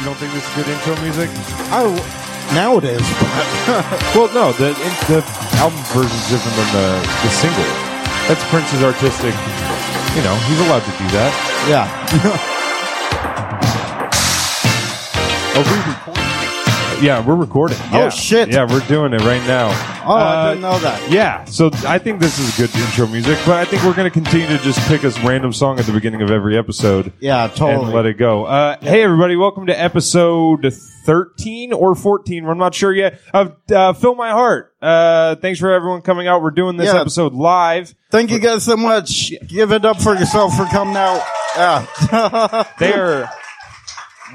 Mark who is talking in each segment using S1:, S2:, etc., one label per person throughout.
S1: You don't think this is good intro music?
S2: Oh, nowadays.
S1: Well, no. The in, the album version is different than the the single. That's Prince's artistic. You know, he's allowed to do that.
S2: yeah.
S1: Are we recording? Yeah, we're recording.
S2: Oh,
S1: Yeah.
S2: shit.
S1: Yeah, we're doing it right now.
S2: Oh, I
S1: Uh,
S2: didn't know that.
S1: Yeah, so I think this is good intro music, but I think we're going to continue to just pick a random song at the beginning of every episode
S2: Yeah, totally.
S1: and let it go. Uh, Hey, everybody, welcome to episode 13 or 14. We're not sure yet. Of uh, Fill My Heart. Uh, thanks for everyone coming out. We're doing this
S2: Yeah.
S1: episode live.
S2: Thank you guys so much. Give it up for yourself for coming out. Yeah.
S1: They are.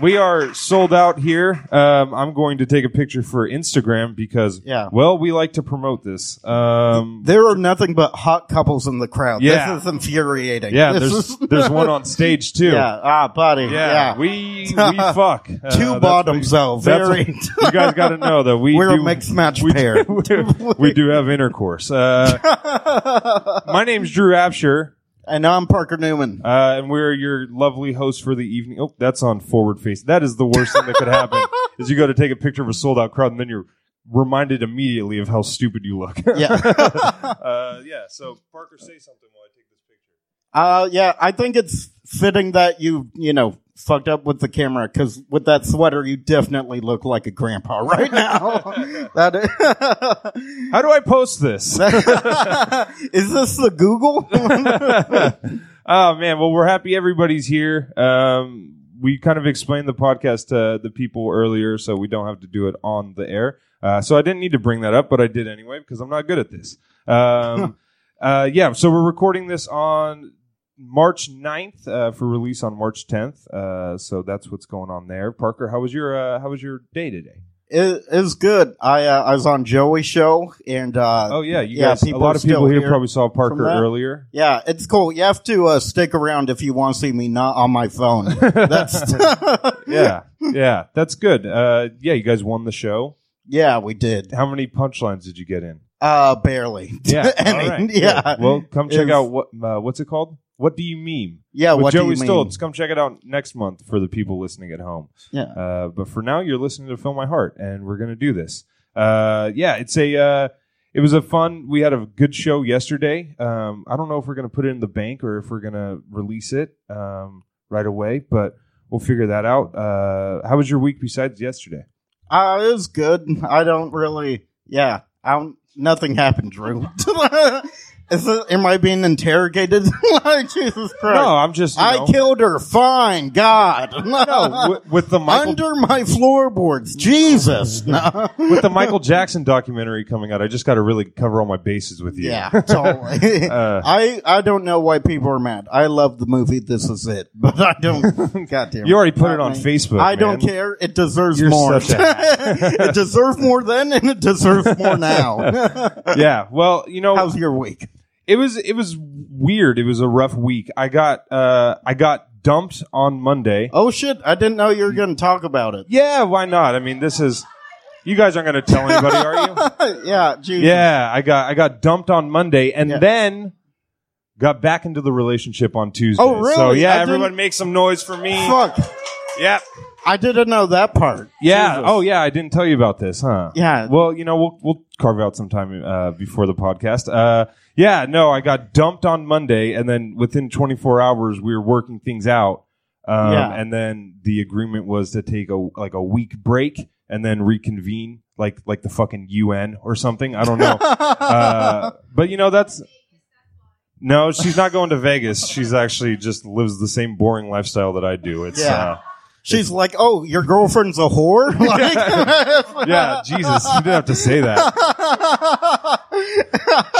S1: We are sold out here. Um, I'm going to take a picture for Instagram because,
S2: Yeah.
S1: well, we like to promote this. Um,
S2: There are nothing but hot couples in the crowd.
S1: Yeah.
S2: This is infuriating.
S1: yeah,
S2: This
S1: there's
S2: is-
S1: there's one on stage too.
S2: yeah. Ah, buddy.
S1: Yeah,
S2: Yeah.
S1: we we fuck Uh, that's
S2: Two
S1: what-
S2: bottoms, though.
S1: that's what-
S2: Very.
S1: you guys got to know that we
S2: We're a
S1: do-
S2: mixed match
S1: we
S2: pair.
S1: Do, we do have intercourse. Uh, my name's Drew Apsher,
S2: and I'm Parker Newman.
S1: uh, and we're your lovely hosts for the evening. Oh, that's on forward face. That is the worst thing that could happen is you go to take a picture of a sold out crowd and then you're reminded immediately of how stupid you look.
S2: Yeah.
S1: uh, yeah. So Parker, say something while I take this picture.
S2: Uh, yeah, I think it's fitting that you, you know, fucked up with the camera because with that sweater, you definitely look like a grandpa right now. that is,
S1: How do I post this?
S2: is this the Google?
S1: Oh man, well we're happy everybody's here. Um, we kind of explained the podcast to the people earlier, so we don't have to do it on the air. Uh, so I didn't need to bring that up, but I did anyway because I'm not good at this. Um, uh, yeah, so we're recording this on March 9th uh, for release on March 10th. Uh, so that's what's going on there. Parker, how was your uh, how was your day today?
S2: it, it was good. I, uh, I was on Joey's show and, uh,
S1: Oh yeah, you
S2: Yeah,
S1: guys. A
S2: people
S1: lot
S2: are
S1: of people
S2: still
S1: here
S2: here
S1: probably saw Parker
S2: that.
S1: earlier.
S2: yeah, it's cool. You have to, uh, stick around if you want to see me not on my phone. That's,
S1: Yeah, yeah, that's good. Uh, yeah, you guys won the show.
S2: yeah, we did.
S1: How many punchlines did you get in?
S2: Uh, barely.
S1: Yeah.
S2: Any-
S1: all right,
S2: yeah.
S1: good. Well, come check
S2: Is-
S1: out what uh, what's it called? What do you meme?
S2: Yeah.
S1: With
S2: what do
S1: Joey
S2: you mean?
S1: Stoltz. Come check it out next month for the people listening at home.
S2: Yeah.
S1: Uh, but for now, you're listening to Fill My Heart, and we're gonna do this. Uh, yeah, it's a. Uh, it was a fun. We had a good show yesterday. Um, I don't know if we're gonna put it in the bank or if we're gonna release it um, right away, but we'll figure that out. Uh, how was your week besides yesterday?
S2: Uh, it was good. I don't really. Yeah, I don't. Nothing happened, Drew. Is it, am I being interrogated? Like, Jesus Christ!
S1: No, I'm just. you
S2: I
S1: know,
S2: killed her. Fine, God.
S1: No, wi- with the Michael
S2: under my floorboards. Jesus. No.
S1: with the Michael Jackson documentary coming out, I just got to really cover all my bases with you.
S2: Yeah, totally.
S1: Uh.
S2: I I don't know why people are mad. I love the movie. This is it, but I don't. Goddamn.
S1: You already put
S2: Not
S1: it on
S2: me.
S1: Facebook,
S2: I don't
S1: man.
S2: care. It deserves
S1: You're
S2: more.
S1: such a hack.
S2: it deserved more then, and it deserves more now.
S1: yeah. Well, you know,
S2: How's your week?
S1: it was it was weird. It was a rough week. I got uh I got dumped on Monday.
S2: Oh shit! I didn't know you were going to talk about it.
S1: Yeah, why not? I mean, this is you guys aren't going to tell anybody, are you?
S2: yeah, Jesus.
S1: Yeah, I got I got dumped on Monday and
S2: Yeah.
S1: then got back into the relationship on Tuesday.
S2: Oh, really?
S1: So yeah,
S2: I didn't-
S1: everyone make some noise for me.
S2: Fuck!
S1: Yep.
S2: I didn't know that part.
S1: Yeah.
S2: Jesus.
S1: Oh, yeah. I didn't tell you about this, huh?
S2: Yeah.
S1: Well, you know, we'll we'll carve out some time uh, before the podcast. Uh, yeah. No, I got dumped on Monday, and then within 24 hours, we were working things out. Um,
S2: Yeah.
S1: And then the agreement was to take a like a week break and then reconvene, like like the fucking UN or something. I don't know. uh, but you know, that's no. She's not going to Vegas. She's actually just lives the same boring lifestyle that I do. It's
S2: Yeah.
S1: uh,
S2: She's like, "Oh, your girlfriend's a whore." Like-
S1: yeah. Jesus, you didn't have to say that.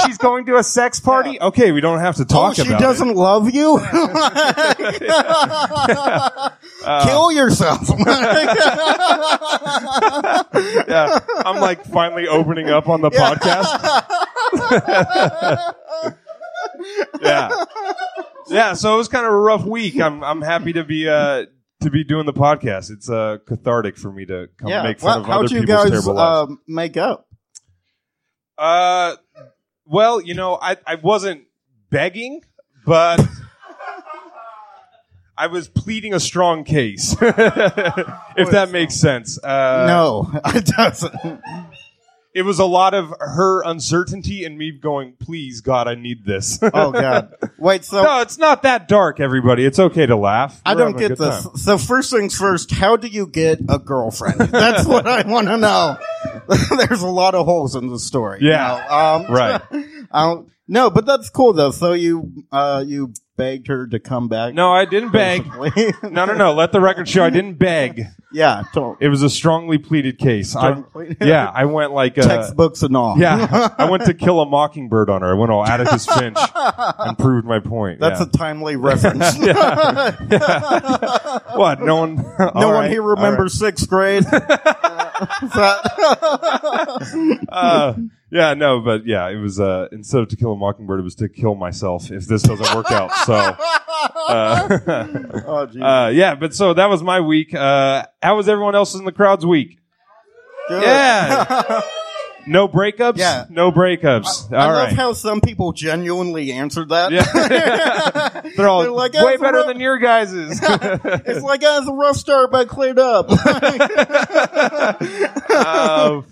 S1: she's going to a sex party. Okay, we don't have to
S2: Oh,
S1: talk
S2: she
S1: about
S2: doesn't
S1: it.
S2: love you.
S1: Uh,
S2: Kill yourself.
S1: Yeah, I'm like finally opening up on the podcast. yeah, yeah. So it was kind of a rough week. I'm I'm happy to be uh to be doing the podcast. It's uh cathartic for me to come make fun
S2: Well,
S1: of
S2: how'd
S1: other
S2: you
S1: people's
S2: guys
S1: terrible lives.
S2: um, make up?
S1: Uh, well, you know, I I wasn't begging, but I was pleading a strong case, if that makes sense. Uh,
S2: no, it doesn't.
S1: It was a lot of her uncertainty and me going, please, God, I need this.
S2: Oh God! Wait, so
S1: no, it's not that dark, everybody. It's okay to laugh.
S2: I
S1: We're
S2: don't
S1: having a
S2: get
S1: good
S2: this.
S1: time.
S2: So first things first, how do you get a girlfriend? That's what I want to know. There's a lot of holes in the story. you
S1: Yeah.
S2: know? um,
S1: Right.
S2: I don't- no, but that's cool though. So you uh, you begged her to come back.
S1: No, I didn't beg.
S2: basically.
S1: No, no, no. Let the record show I didn't beg.
S2: yeah. Don't.
S1: It was a strongly pleaded case. I,
S2: Strongly-
S1: yeah, I went like uh,
S2: Textbooks and all.
S1: yeah, I went to kill a mockingbird on her. I went all Atticus Finch and proved my point.
S2: That's
S1: yeah.
S2: a timely reference.
S1: what? No one. no
S2: No one here remembers sixth grade.
S1: uh, yeah, no, but yeah, it was uh, instead of to kill a mockingbird, it was to kill myself if this doesn't work out. So, uh,
S2: oh, geez.
S1: uh, yeah, but so that was my week. Uh, how was everyone else in the crowd's week? Yeah. No breakups.
S2: Yeah.
S1: No breakups.
S2: I
S1: All
S2: love
S1: right.
S2: how some people genuinely answered that.
S1: Yeah. They're all
S2: They're like, "Oh,
S1: way
S2: it's a
S1: better
S2: rough-
S1: than your guys's.
S2: It's like, oh, it's a rough start, but I cleared up.
S1: Uh,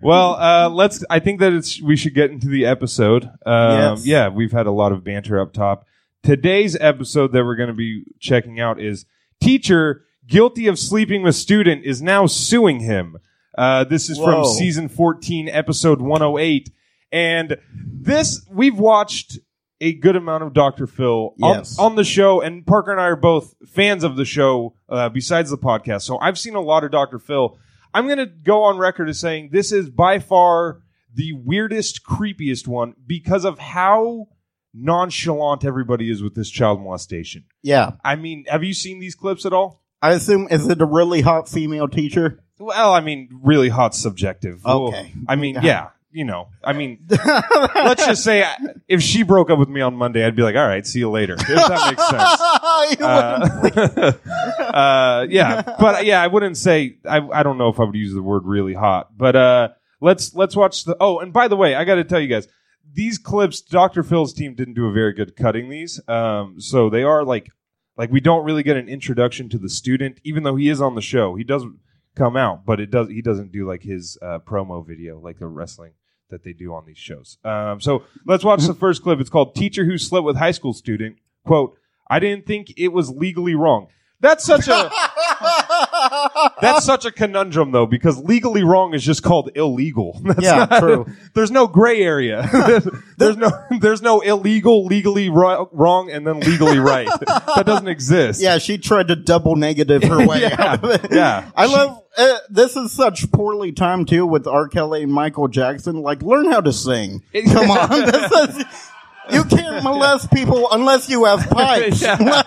S1: well, uh, let's. I think that it's we should get into the episode. Um,
S2: Yes.
S1: Yeah, we've had a lot of banter up top. Today's episode that we're going to be checking out is teacher guilty of sleeping with student is now suing him. Uh, this is
S2: Whoa.
S1: from season fourteen, episode one hundred eight, and this we've watched a good amount of Dr. Phil on-
S2: Yes.
S1: on, the show, and Parker and I are both fans of the show uh, besides the podcast. So I've seen a lot of Dr. Phil. I'm going to go on record as saying this is by far the weirdest, creepiest one because of how nonchalant everybody is with this child molestation.
S2: yeah.
S1: I mean, have you seen these clips at all?
S2: I assume, is it a really hot female teacher?
S1: Well, I mean, really hot subjective. Well,
S2: Okay.
S1: I mean, yeah, you know, I mean, let's just say I- if she broke up with me on Monday, I'd be like, all right, see you later. If that makes sense.
S2: You wouldn't-
S1: Uh, uh, yeah, but uh, yeah, I wouldn't say I. I don't know if I would use the word really hot, but uh, let's let's watch the. Oh, and by the way, I got to tell you guys, these clips, Doctor Phil's team didn't do a very good cutting these, um, so they are like like we don't really get an introduction to the student, even though he is on the show. He doesn't come out, but it does. He doesn't do like his uh, promo video, like the wrestling that they do on these shows. Um, so let's watch the first clip. It's called "Teacher Who Slept with High School Student." Quote: I didn't think it was legally wrong. That's such a that's such a conundrum though, because legally wrong is just called illegal. That's
S2: Yeah, true.
S1: There's no gray area. There's- there's no there's no illegal, legally ri- wrong, and then legally right. that doesn't exist.
S2: yeah, she tried to double negative her way out of it.
S1: yeah.
S2: I love uh, this is such poorly timed too with R. Kelly and Michael Jackson. Like, learn how to sing. Come on, this is, you can't molest people unless you have pipes.
S1: Yeah.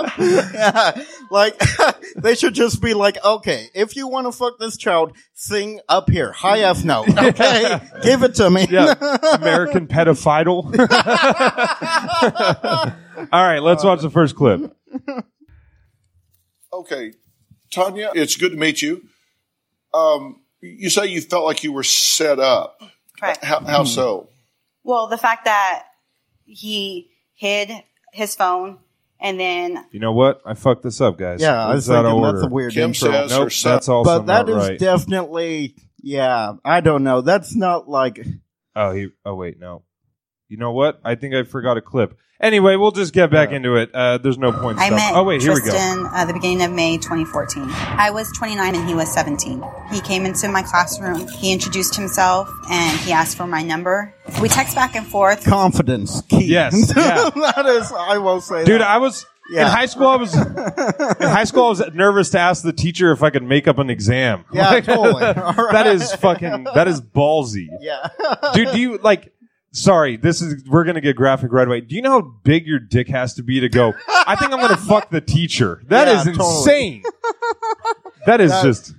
S2: Like, Yeah. Like, they should just be like, okay, if you want to fuck this child, sing up here, high F note. Okay, give it to me.
S1: Yeah. American pedophile. All right, let's watch the first clip.
S3: Okay, Tanya, it's good to meet you. Um, you say you felt like you were set up.
S4: Correct.
S3: How, how so?
S4: Well, the fact that he hid his phone and then
S1: You know what? I fucked this up, guys.
S2: Yeah, I
S1: It's
S2: was
S1: out of
S2: thinking
S1: order.
S2: that's a weird
S3: Kim
S2: intro.
S3: says-
S1: Nope,
S3: That's her
S1: that's also
S2: but
S1: not
S2: that is
S1: right.
S2: definitely, yeah, I don't know. That's not like,
S1: Oh, he. Oh, wait, no. You know what? I think I forgot a clip. Anyway, we'll just get back into it. Uh, there's no point. in
S4: I
S1: stuff.
S4: met
S1: Oh, wait, here we go.
S4: Tristan uh, the beginning of May 2014. I was 29 and he was 17. He came into my classroom. He introduced himself and he asked for my number. We text back and forth.
S2: confidence key.
S1: Yes, yeah.
S2: that is. I will say,
S1: Dude,
S2: that.
S1: I was
S2: Yeah.
S1: in high school. I was in high school. I was nervous to ask the teacher if I could make up an exam.
S2: Yeah, totally. All right.
S1: That is fucking. That is ballsy.
S2: yeah,
S1: Dude, do you like? Sorry, this is we're gonna get graphic right away. Do you know how big your dick has to be to go? I think I'm gonna fuck the teacher. That
S2: Yeah,
S1: is
S2: totally.
S1: insane. That is
S2: That-
S1: just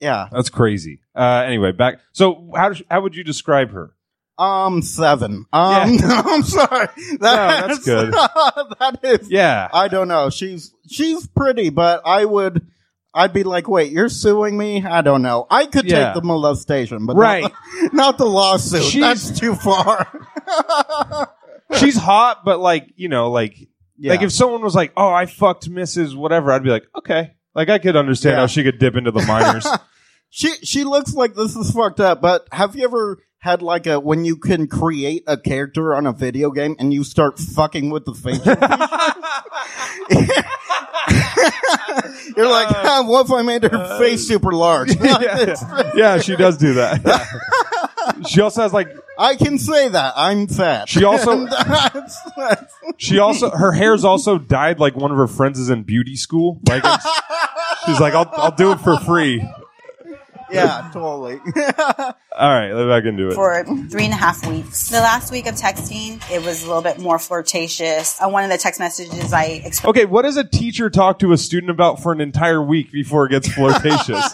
S2: yeah.
S1: that's crazy. Uh, anyway, back. So how does- how would you describe her?
S2: Um, seven. Um, I'm sorry.
S1: that's good.
S2: that is.
S1: Yeah.
S2: I don't know. She's she's pretty, but I would. I'd be like, wait, you're suing me? I don't know. I could
S1: Yeah.
S2: take the molestation, but
S1: Right.
S2: not, not the lawsuit.
S1: She's-
S2: That's too far.
S1: she's hot, but like you know, like
S2: Yeah.
S1: Like if someone was like, "Oh, I fucked Mrs. Whatever," I'd be like, "Okay." Like I could understand
S2: Yeah.
S1: how she could dip into the minors.
S2: She she looks like this is fucked up, but have you ever had like a when you can create a character on a video game and you start fucking with the facial? features? You're like, huh, what if I made her face super large?
S1: Uh, yeah. yeah, she does do that. she also has like
S2: I can say that I'm fat.
S1: She also-
S2: And that's- that's-
S1: she also her hair's also dyed like one of her friends is in beauty school. Like it's- she's like, "I'll I'll do it for free."
S2: yeah, totally.
S1: All right, if I can do it.
S4: for three and a half weeks. The last week of texting, it was a little bit more flirtatious. On one of the text messages, I expressed
S1: Okay, what does a teacher talk to a student about for an entire week before it gets flirtatious?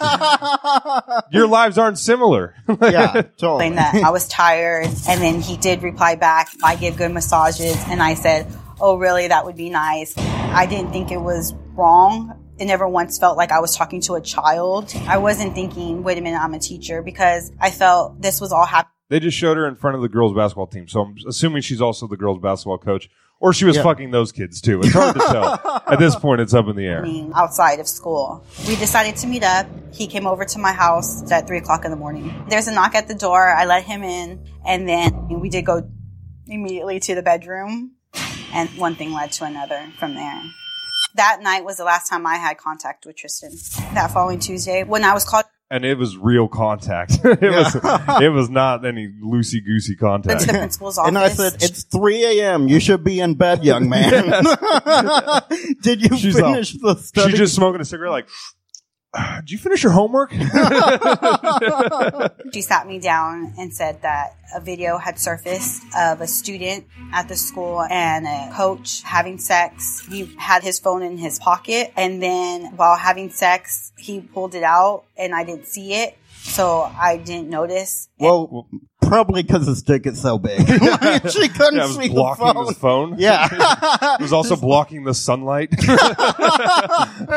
S1: Your lives aren't similar.
S2: yeah, totally.
S4: explained that I was tired. And then he did reply back, I give good massages. And I said, Oh, really? That would be nice. I didn't think it was wrong. It never once felt like I was talking to a child. I wasn't thinking, wait a minute, I'm a teacher because I felt this was all happening.
S1: they just showed her in front of the girls basketball team, so I'm assuming she's also the girls basketball coach, or she was
S2: Yeah.
S1: fucking those kids too. It's hard to tell. At this point, it's up in the air.
S4: happening outside of school. We decided to meet up. He came over to my house at three o'clock in the morning. There's a knock at the door. I let him in, and then we did go immediately to the bedroom, and one thing led to another from there. That night was the last time I had contact with Tristan. That following Tuesday, when I was called
S1: And it was real contact. it was it was not any loosey goosey
S4: into
S1: contact.
S4: the principal's office,
S2: And I said, "It's 3 a.m. You should be in bed, young man." Did you
S1: She's all-
S2: finish the study?
S1: She just smoking a cigarette, like, did you finish your homework?
S4: She sat me down and said that a video had surfaced of a student at the school and a coach having sex. He had his phone in his pocket and then while having sex, he pulled it out and I didn't see it. So I didn't notice.
S2: Well, probably because his dick is so big. she couldn't
S1: yeah, I was
S2: see the
S1: blocking
S2: phone.
S1: his phone.
S2: Yeah.
S1: It was also blocking the sunlight.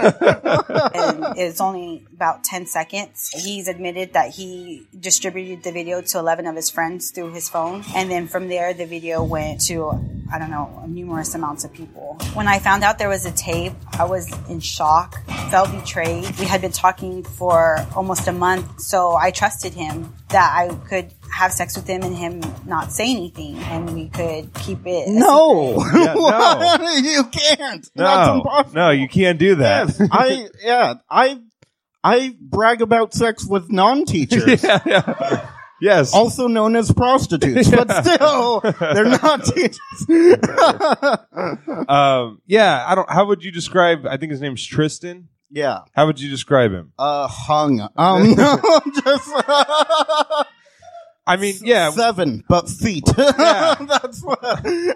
S4: and it's only about 10 seconds. He's admitted that he distributed the video to 11 of his friends through his phone. And then from there, the video went to, I don't know, numerous amounts of people. When I found out there was a tape, I was in shock, felt betrayed. We had been talking for almost a month, so I trusted him that I could have sex with him and him not say anything and we could keep it. a
S2: no.
S1: Yeah, no.
S2: you can't. That's
S1: no,
S2: impossible.
S1: no, you can't do that.
S2: Yes, I yeah, I I brag about sex with non-teachers.
S1: Yeah, yeah. Yes.
S2: Also known as prostitutes, but still, they're not teachers.
S1: Um, yeah, I don't. How would you describe? I think his name's Tristan.
S2: Yeah,
S1: How would you describe him?
S2: uh, hung. Um, no, just
S1: I mean, yeah,
S2: seven, but feet.
S1: Yeah.
S2: That's what. I,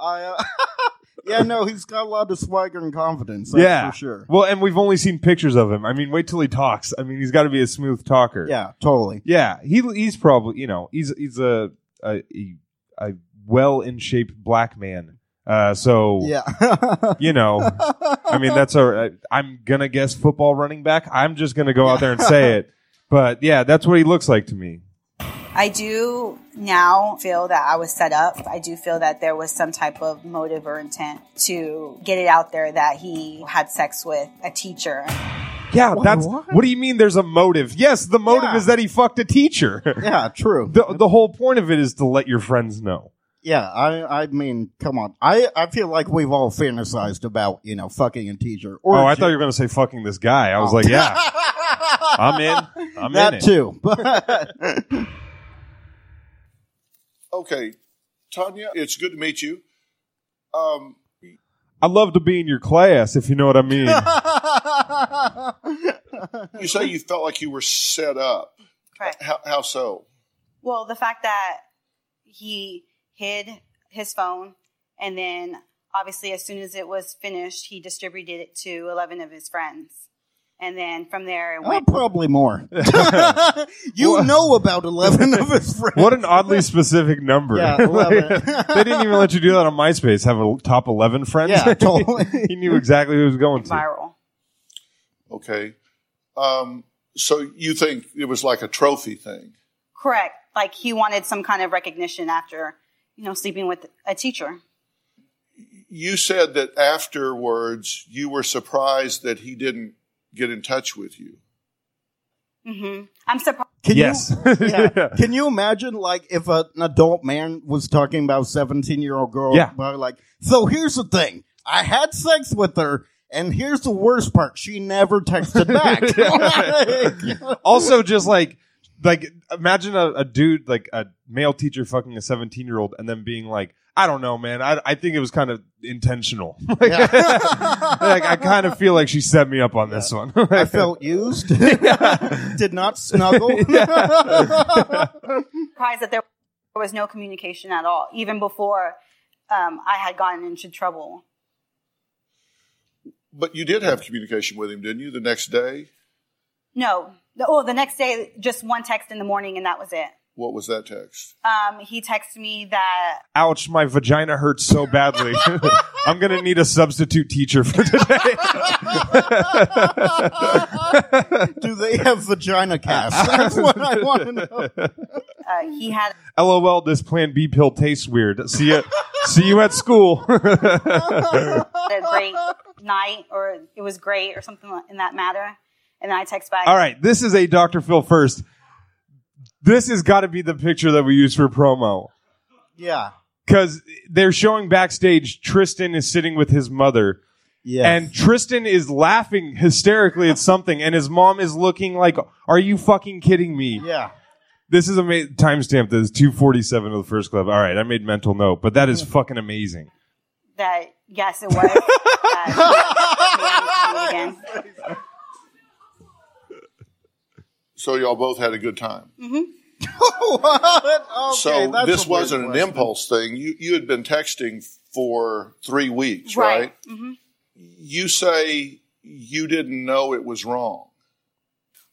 S2: uh, yeah, no, he's got a lot of swagger and confidence. That's
S1: yeah,
S2: for sure.
S1: Well, and we've only seen pictures of him. I mean, wait till he talks. I mean, he's got to be a smooth talker.
S2: Yeah, totally.
S1: yeah. He he's probably you know he's he's a a, a well in shape black man. Uh, so
S2: Yeah,
S1: you know, I mean, that's a. I, I'm gonna guess football running back. I'm just gonna go out there and say it. But yeah, that's what he looks like to me.
S4: I do now feel that I was set up. I do feel that there was some type of motive or intent to get it out there that he had sex with a teacher.
S1: Yeah, that's
S2: what?
S1: what? do you mean? There's a motive? Yes, the motive
S2: Yeah.
S1: is that he fucked a teacher.
S2: yeah, true.
S1: the, the whole point of it is to let your friends know.
S2: yeah, I, I mean, come on. I, I feel like we've all fantasized about you know fucking a teacher. Or
S1: oh,
S2: a
S1: I
S2: ju-
S1: thought you were going to say fucking this guy. I was like, yeah, I'm in. I'm in
S2: that
S1: it.
S2: too. But
S3: Okay, Tanya, it's good to meet you. Um,
S1: I love to be in your class, if you know what I mean.
S3: you say you felt like you were set up.
S4: Correct.
S3: How, how so?
S4: Well, the fact that he hid his phone and then obviously as soon as it was finished, he distributed it to 11 of his friends. And then from there it
S2: Oh,
S4: went
S2: probably more. you know about eleven of his friends.
S1: what an oddly specific number.
S2: Yeah, I love it.
S1: they didn't even let you do that on MySpace. Have a top eleven friends.
S2: Yeah, totally.
S1: he knew exactly who he was going to.
S4: viral.
S3: Okay. Um, so you think it was like a trophy thing?
S4: Correct. Like he wanted some kind of recognition after you know, sleeping with a teacher.
S3: You said that afterwards you were surprised that he didn't get in touch with you.
S4: hmm I'm surprised.
S2: Can
S1: yes.
S2: You, yeah. Can you imagine, like, if a, an adult man was talking about a 17 year old girl?
S1: Yeah.
S2: About, like, so here's the thing I had sex with her, and here's the worst part she never texted back. Like,
S1: also just like like imagine a, a dude like a male teacher fucking a 17 year old and then being like i don't know man i, I think it was kind of intentional like, like, i kind of feel like she set me up on this one
S2: I felt used. Did not snuggle.
S4: surprised that there was no communication at all, even before um, I had gotten into trouble.
S3: But you did have communication with him, didn't you, the next day?
S4: No. The, oh, the next day, just one text in the morning, and that was it.
S3: What was that text?
S4: Um, he texted me that
S1: ouch my vagina hurts so badly i'm gonna need a substitute teacher for today
S2: Do they have vagina casts? That's what I want to know.
S4: uh, he had
S1: lol this plan b pill tastes weird see you see you at school
S4: a great night, or it was great, or something like- in that matter. And then I text back.
S1: All right, this is a Dr. Phil first. This has got to be the picture that we use for promo
S2: Yeah.
S1: because they're showing backstage. Tristan is sitting with his mother,
S2: Yeah.
S1: and Tristan is laughing hysterically at something, and his mom is looking like, "Are you fucking kidding me?"
S2: yeah.
S1: This is amazing. Timestamp this two forty seven of the first club. All right, I made mental note, but that is fucking amazing.
S4: That yes, it was. that, yeah, again.
S3: So y'all both had a good time.
S2: What? Okay,
S3: so
S2: that's a
S3: this
S2: weird
S3: wasn't an
S2: question.
S3: impulse thing. You you had been texting for three weeks, right?
S4: hmm
S3: You say you didn't know it was wrong.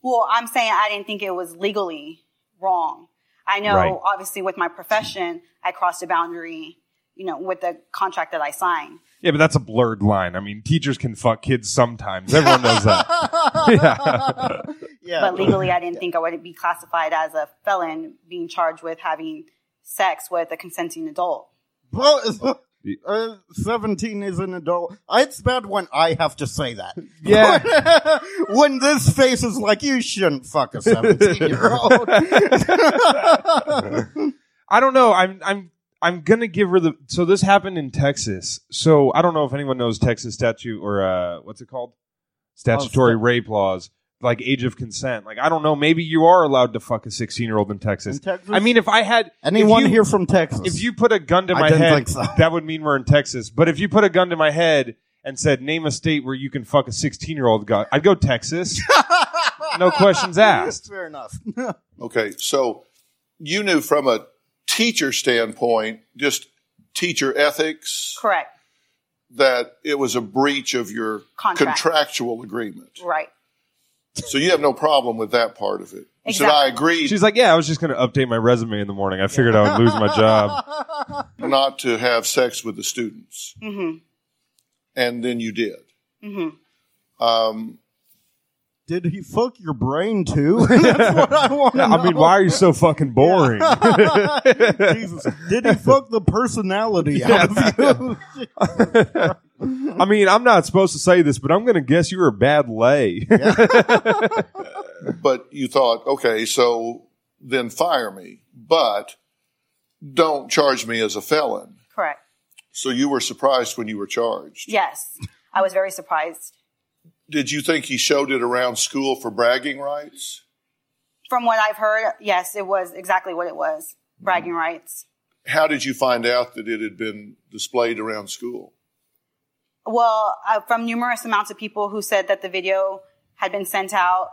S4: Well, I'm saying I didn't think it was legally wrong. I know,
S1: Right.
S4: obviously, with my profession, I crossed a boundary. You know, with the contract that I signed.
S1: Yeah, but that's a blurred line. I mean, teachers can fuck kids sometimes. Everyone knows that. yeah.
S2: Yeah.
S4: but legally I didn't think I would be classified as a felon being charged with having sex with a consenting adult.
S2: Bro, uh, 17 is an adult. It's bad when I have to say that.
S1: Yeah.
S2: when this face is like, you shouldn't fuck a 17 year old.
S1: I don't know. I'm I'm I'm gonna give her the. So this happened in Texas. So I don't know if anyone knows Texas statute or uh, what's it called? Statutory
S2: Oh, sta-
S1: rape laws, like age of consent. Like I don't know. Maybe you are allowed to fuck a 16 year old in Texas.
S2: In Texas?
S1: I mean, if I had
S2: Anyone
S1: if you-
S2: here from Texas?
S1: If you put a gun to
S2: I
S1: my
S2: didn't
S1: head,
S2: think so.
S1: that would mean we're in Texas. But if you put a gun to my head and said, "Name a state where you can fuck a 16 year old," guy, I'd go Texas. no questions asked.
S2: Fair enough.
S3: Okay, so you knew from a teacher standpoint, just teacher ethics,
S4: Correct.
S3: that it was a breach of your
S4: Contract.
S3: contractual agreement.
S4: Right.
S3: So you have no problem with that part of it. You said,
S4: Exactly.
S3: I agree
S1: She's like, "Yeah, I was just gonna update my resume in the morning. I figured I would lose my job."
S3: not to have sex with the students.
S4: hmm
S3: And then you did.
S4: hmm
S3: Um,
S2: Did he fuck your brain too? That's what I want to know.
S1: I mean, why are you so fucking boring?
S2: Jesus. Did he fuck the personality out of you?
S1: I mean, I'm not supposed to say this, but I'm going to guess you were a bad lay.
S3: but you thought, okay, so then fire me, but don't charge me as a felon.
S4: Correct.
S3: So you were surprised when you were charged.
S4: Yes. I was very surprised.
S3: Did you think he showed it around school for bragging rights?
S4: From what I've heard, yes, it was exactly what it was. Bragging
S2: Mm-hmm.
S4: rights.
S3: How did you find out that it had been displayed around school?
S4: Well, uh, from numerous amounts of people who said that the video had been sent out,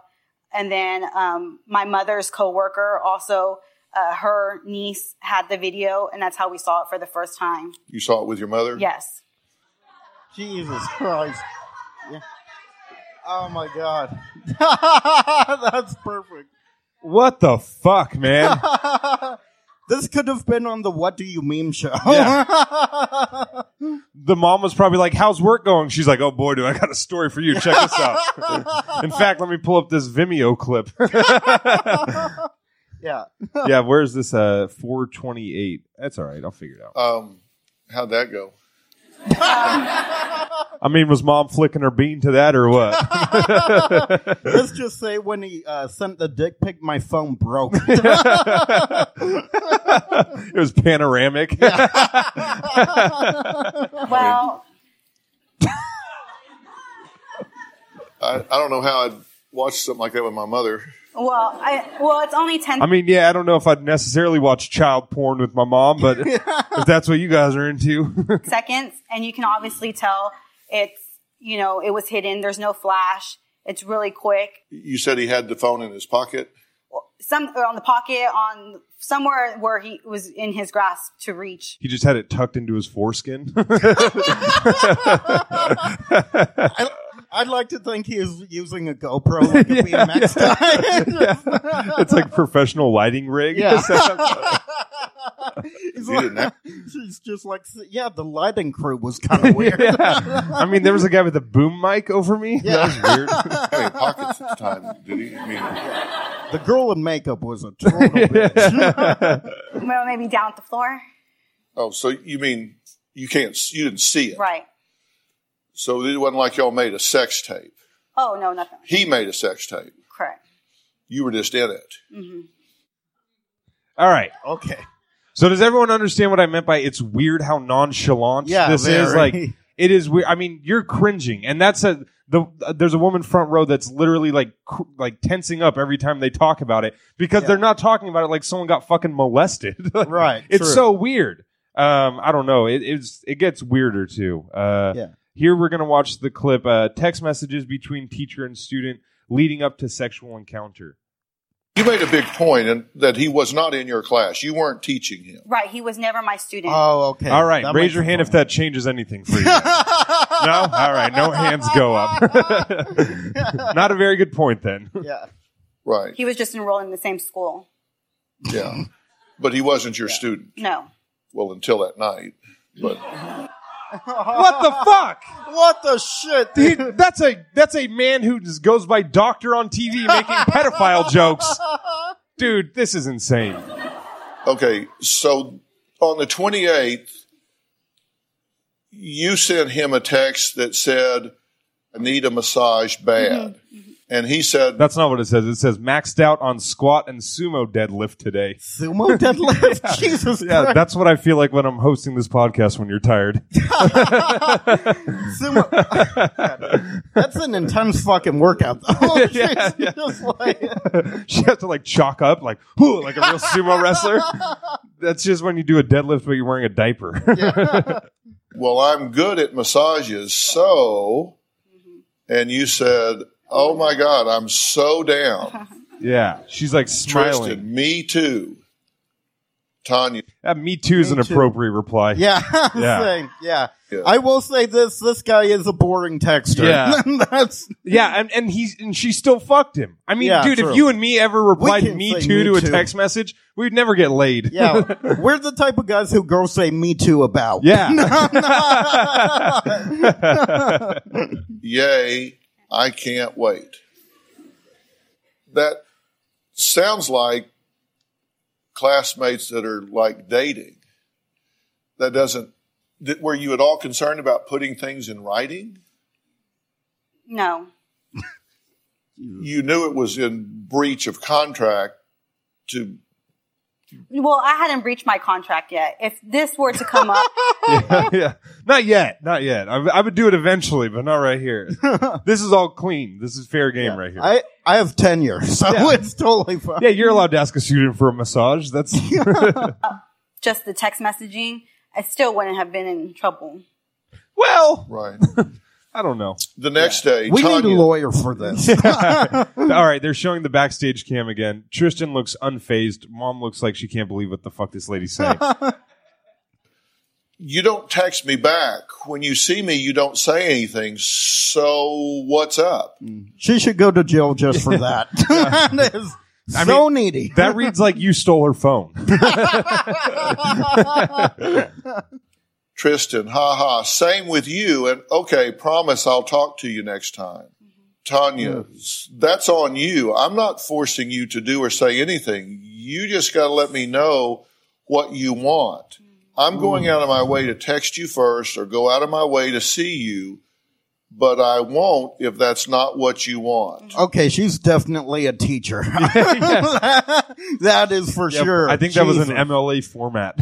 S4: and then um, my mother's coworker also, uh, her niece had the video, and that's how we saw it for the first time.
S3: You saw it with your mother?
S4: Yes.
S2: Jesus Christ. Yeah. Oh my God. That's perfect.
S1: what the fuck, man?
S2: This could have been on the What Do You Meme show.
S1: The mom was probably like, "How's work going?" She's like, "Oh boy, do I got a story for you. Check this out." In fact, let me pull up this Vimeo clip.
S2: Yeah.
S1: yeah, where's this uh 428? That's all right. I'll figure it out.
S3: Um, how'd that go?
S1: I mean, was mom flicking her bean to that or what?
S2: Let's just say when he uh, sent the dick pic, my phone broke.
S1: it was panoramic.
S4: Well,
S3: I, I don't know how I'd watch something like that with my mother.
S4: well, I, well, it's only ten.
S1: I mean, yeah, I don't know if I'd necessarily watch child porn with my mom, but if that's what you guys are into.
S4: seconds and you can obviously tell it's you know it was hidden there's no flash it's really quick
S3: You said he had the phone in his pocket.
S4: some or on the pocket on somewhere where he was in his grasp to reach
S1: he just had it tucked into his foreskin.
S2: I, I'd like to think he was using a GoPro like a BMX guy.
S1: it's like professional lighting rig.
S2: Yeah. He's
S3: You
S2: like-
S3: didn't have-
S2: She's just like, yeah, the lighting crew was kind of weird.
S1: Yeah. I mean, there was a guy with a boom mic over me. That was weird.
S3: have any pockets at the time, did he? I mean,
S2: The girl in makeup was a total bitch.
S4: well maybe down at the floor
S3: oh, so you mean you can't? You didn't see it,
S4: right
S3: So it wasn't like y'all made a sex tape.
S4: oh no nothing
S3: He made a sex tape.
S4: correct
S3: You were just in it.
S1: All right.
S2: okay.
S1: So does everyone understand what I meant by it's weird how nonchalant
S2: Yeah,
S1: this is?
S2: very.
S1: Like it is weird. I mean, you're cringing, and that's a the uh, there's a woman front row that's literally like cr- like tensing up every time they talk about it because they're not talking about it like someone got fucking molested. Like,
S2: Right,
S1: It's
S2: true.
S1: so weird. Um, I don't know. It it's, it gets weirder too. Uh,
S2: Yeah.
S1: Here we're gonna watch the clip. Uh, text messages between teacher and student leading up to sexual encounter.
S3: You made a big point in, that he was not in your class. You weren't teaching him.
S4: right he was never my student
S2: Oh, okay.
S1: All right,
S2: That
S1: raise
S2: makes
S1: your hand
S2: sense.
S1: if that changes anything for you. no, all right, no hands go up. Not a very good point then.
S2: Yeah.
S3: Right.
S4: he was just enrolled in the same school
S3: Yeah. But he wasn't your student.
S4: no
S3: Well, until that night. But
S1: what the fuck?
S2: What the shit,
S1: He-
S2: dude?
S1: that's a that's a man who just goes by doctor on TV making pedophile jokes. Dude, this is insane.
S3: okay, so on the 28th, you sent him a text that said, I need a massage bad. And he said,
S1: That's not what it says. It says maxed out on squat and sumo deadlift today.
S2: Sumo deadlift? Jesus
S1: Yeah,
S2: Christ.
S1: that's what I feel like when I'm hosting this podcast when you're tired.
S2: Sumo. That's an intense fucking workout, though.
S1: Yeah,
S2: She's just like-
S1: she has to like chalk up like whoo like a real sumo wrestler. That's just when you do a deadlift but you're wearing a diaper.
S3: Well, I'm good at massages, so. And you said, Oh my God, I'm so down.
S1: yeah. She's like smiling.
S3: Tristan, me too. Tanya,
S1: That me too is an
S2: Me too.
S1: appropriate reply.
S2: Yeah,
S1: Yeah.
S2: yeah. Same. yeah.
S3: Yeah.
S2: I will say this: this guy is a boring texter.
S1: Yeah.
S2: that's
S1: Yeah, and, and he's and she still fucked him. I mean,
S2: Yeah,
S1: dude,
S2: true.
S1: if you and me ever replied
S2: can't
S1: me
S2: say
S1: too
S2: me
S1: to a
S2: too.
S1: text message, we'd never get laid.
S2: yeah. We're the type of guys who girls say "me too" about.
S1: Yeah.
S3: yay, I can't wait. That sounds like classmates that are like dating. That doesn't, that, were you at all concerned about putting things in writing?
S4: no
S2: Mm-hmm.
S3: You knew it was in breach of contract to
S4: well i hadn't breached my contract yet if this were to come up
S1: yeah. Not yet. Not yet. I, I would do it eventually, but not right here. this is all clean. This is fair game right here.
S2: I I have tenure, so it's totally fine.
S1: yeah, you're allowed to ask a student for a massage. That's
S4: just the text messaging i still wouldn't have been in trouble
S1: well,
S3: Right.
S1: I don't know.
S3: The next day,
S2: We need a
S3: Tanya,
S2: lawyer for this.
S1: All right, they're showing the backstage cam again. Tristan looks unfazed. Mom looks like she can't believe what the fuck this lady's saying.
S3: you don't text me back. When you see me, you don't say anything. So what's up?
S2: She should go to jail just for that. that is so needy.
S1: that reads like you stole her phone.
S4: Oh,
S3: Tristan, ha ha. Same with you. And okay, promise I'll talk to you next time. Tanya, s- that's on you. I'm not forcing you to do or say anything. You just got to let me know what you want. I'm going out of my way to text you first or go out of my way to see you, but I won't if that's not what you want.
S2: Okay, she's definitely a teacher. that is for
S1: Yep.
S2: sure.
S1: I think that was an
S2: Jesus.
S1: MLA format.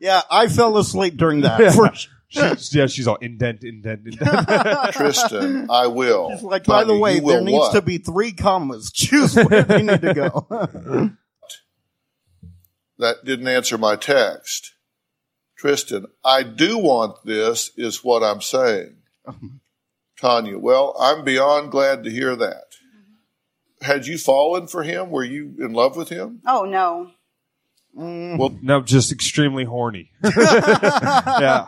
S2: yeah, I fell asleep during that. For sure.
S1: she's, yeah, she's all indent, indent, indent.
S3: Tristan, I will.
S2: It's Like, by the
S3: Tanya,
S2: way,
S3: you will
S2: there needs
S3: what?
S2: to be three commas. Choose where you need to go.
S3: That didn't answer my text. Tristan, I do want this, is what I'm saying. Tanya, well, I'm beyond glad to hear that. Had you fallen for him? Were you in love with him?
S4: Oh no,
S3: Well,
S1: no, just extremely horny. yeah.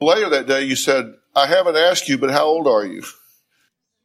S3: later that day, you said, I haven't asked you, but how old are you?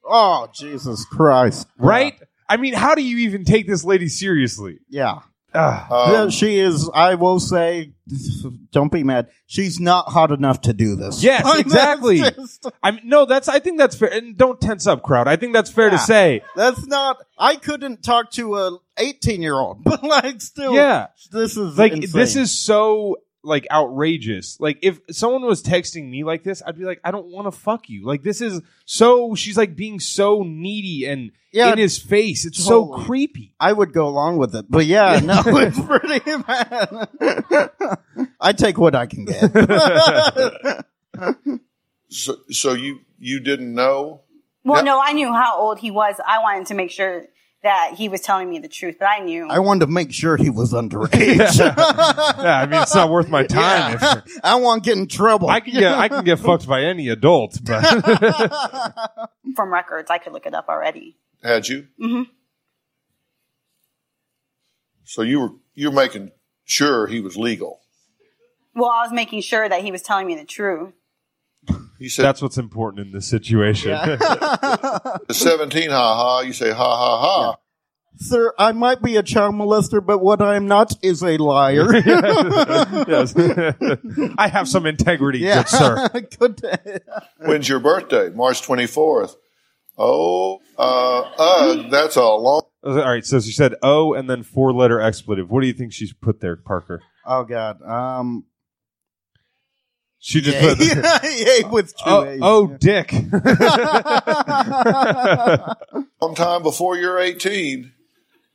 S2: oh, Jesus Christ.
S1: Right? I mean, how do you even take this lady seriously?
S2: Yeah. Ah.
S1: Ugh.
S3: Um,
S2: Yeah, she is, I will say, don't be mad. She's not hot enough to do this.
S1: Yes,
S2: Like, that's
S1: exactly.
S2: just-
S1: I mean, no, that's. I think that's fair. And don't tense up, crowd. I think that's fair to
S2: Yeah.
S1: say.
S2: That's not. I couldn't talk to a 18 year old, but like still,
S1: Yeah,
S2: This is
S1: like
S2: insane.
S1: this is so like outrageous. Like if someone was texting me like this, I'd be like, I don't want to fuck you. Like this is so. She's like being so needy and
S2: Yeah.
S1: in his face. It's so
S2: Totally.
S1: creepy.
S2: I would go along with it, but yeah, no, it's pretty bad. I take what I can get.
S3: so, so you you didn't know?
S4: Well,
S3: Yep.
S4: no, I knew how old he was. I wanted to make sure that he was telling me the truth, but I knew.
S2: I wanted to make sure he was underage.
S1: Yeah, I mean, it's not worth my time. if-
S2: I won't get in trouble.
S1: I can get I can get fucked by any adult, but
S4: From records, I could look it up already.
S3: Had you? Mm-hmm. So you were you're making sure he was legal.
S4: Well, I was making sure that he was telling me the truth.
S3: He said
S1: that's what's important in this situation.
S3: The 17, ha ha. You say, ha ha ha.
S2: Sir, I might be a child molester, but what I am not is a liar.
S1: Yes. I have some integrity,
S2: Yeah.
S1: good sir.
S2: Good day.
S3: When's your birthday? March 24th. Oh, uh, uh, that's a long.
S1: All right, so she said O and then four letter expletive. What do you think she's put there, Parker?
S2: Oh God. Um.
S1: She just
S2: Yay,
S1: put
S2: Yay with two
S1: Oh,
S2: A's.
S1: oh, dick.
S3: Long time before you're 18.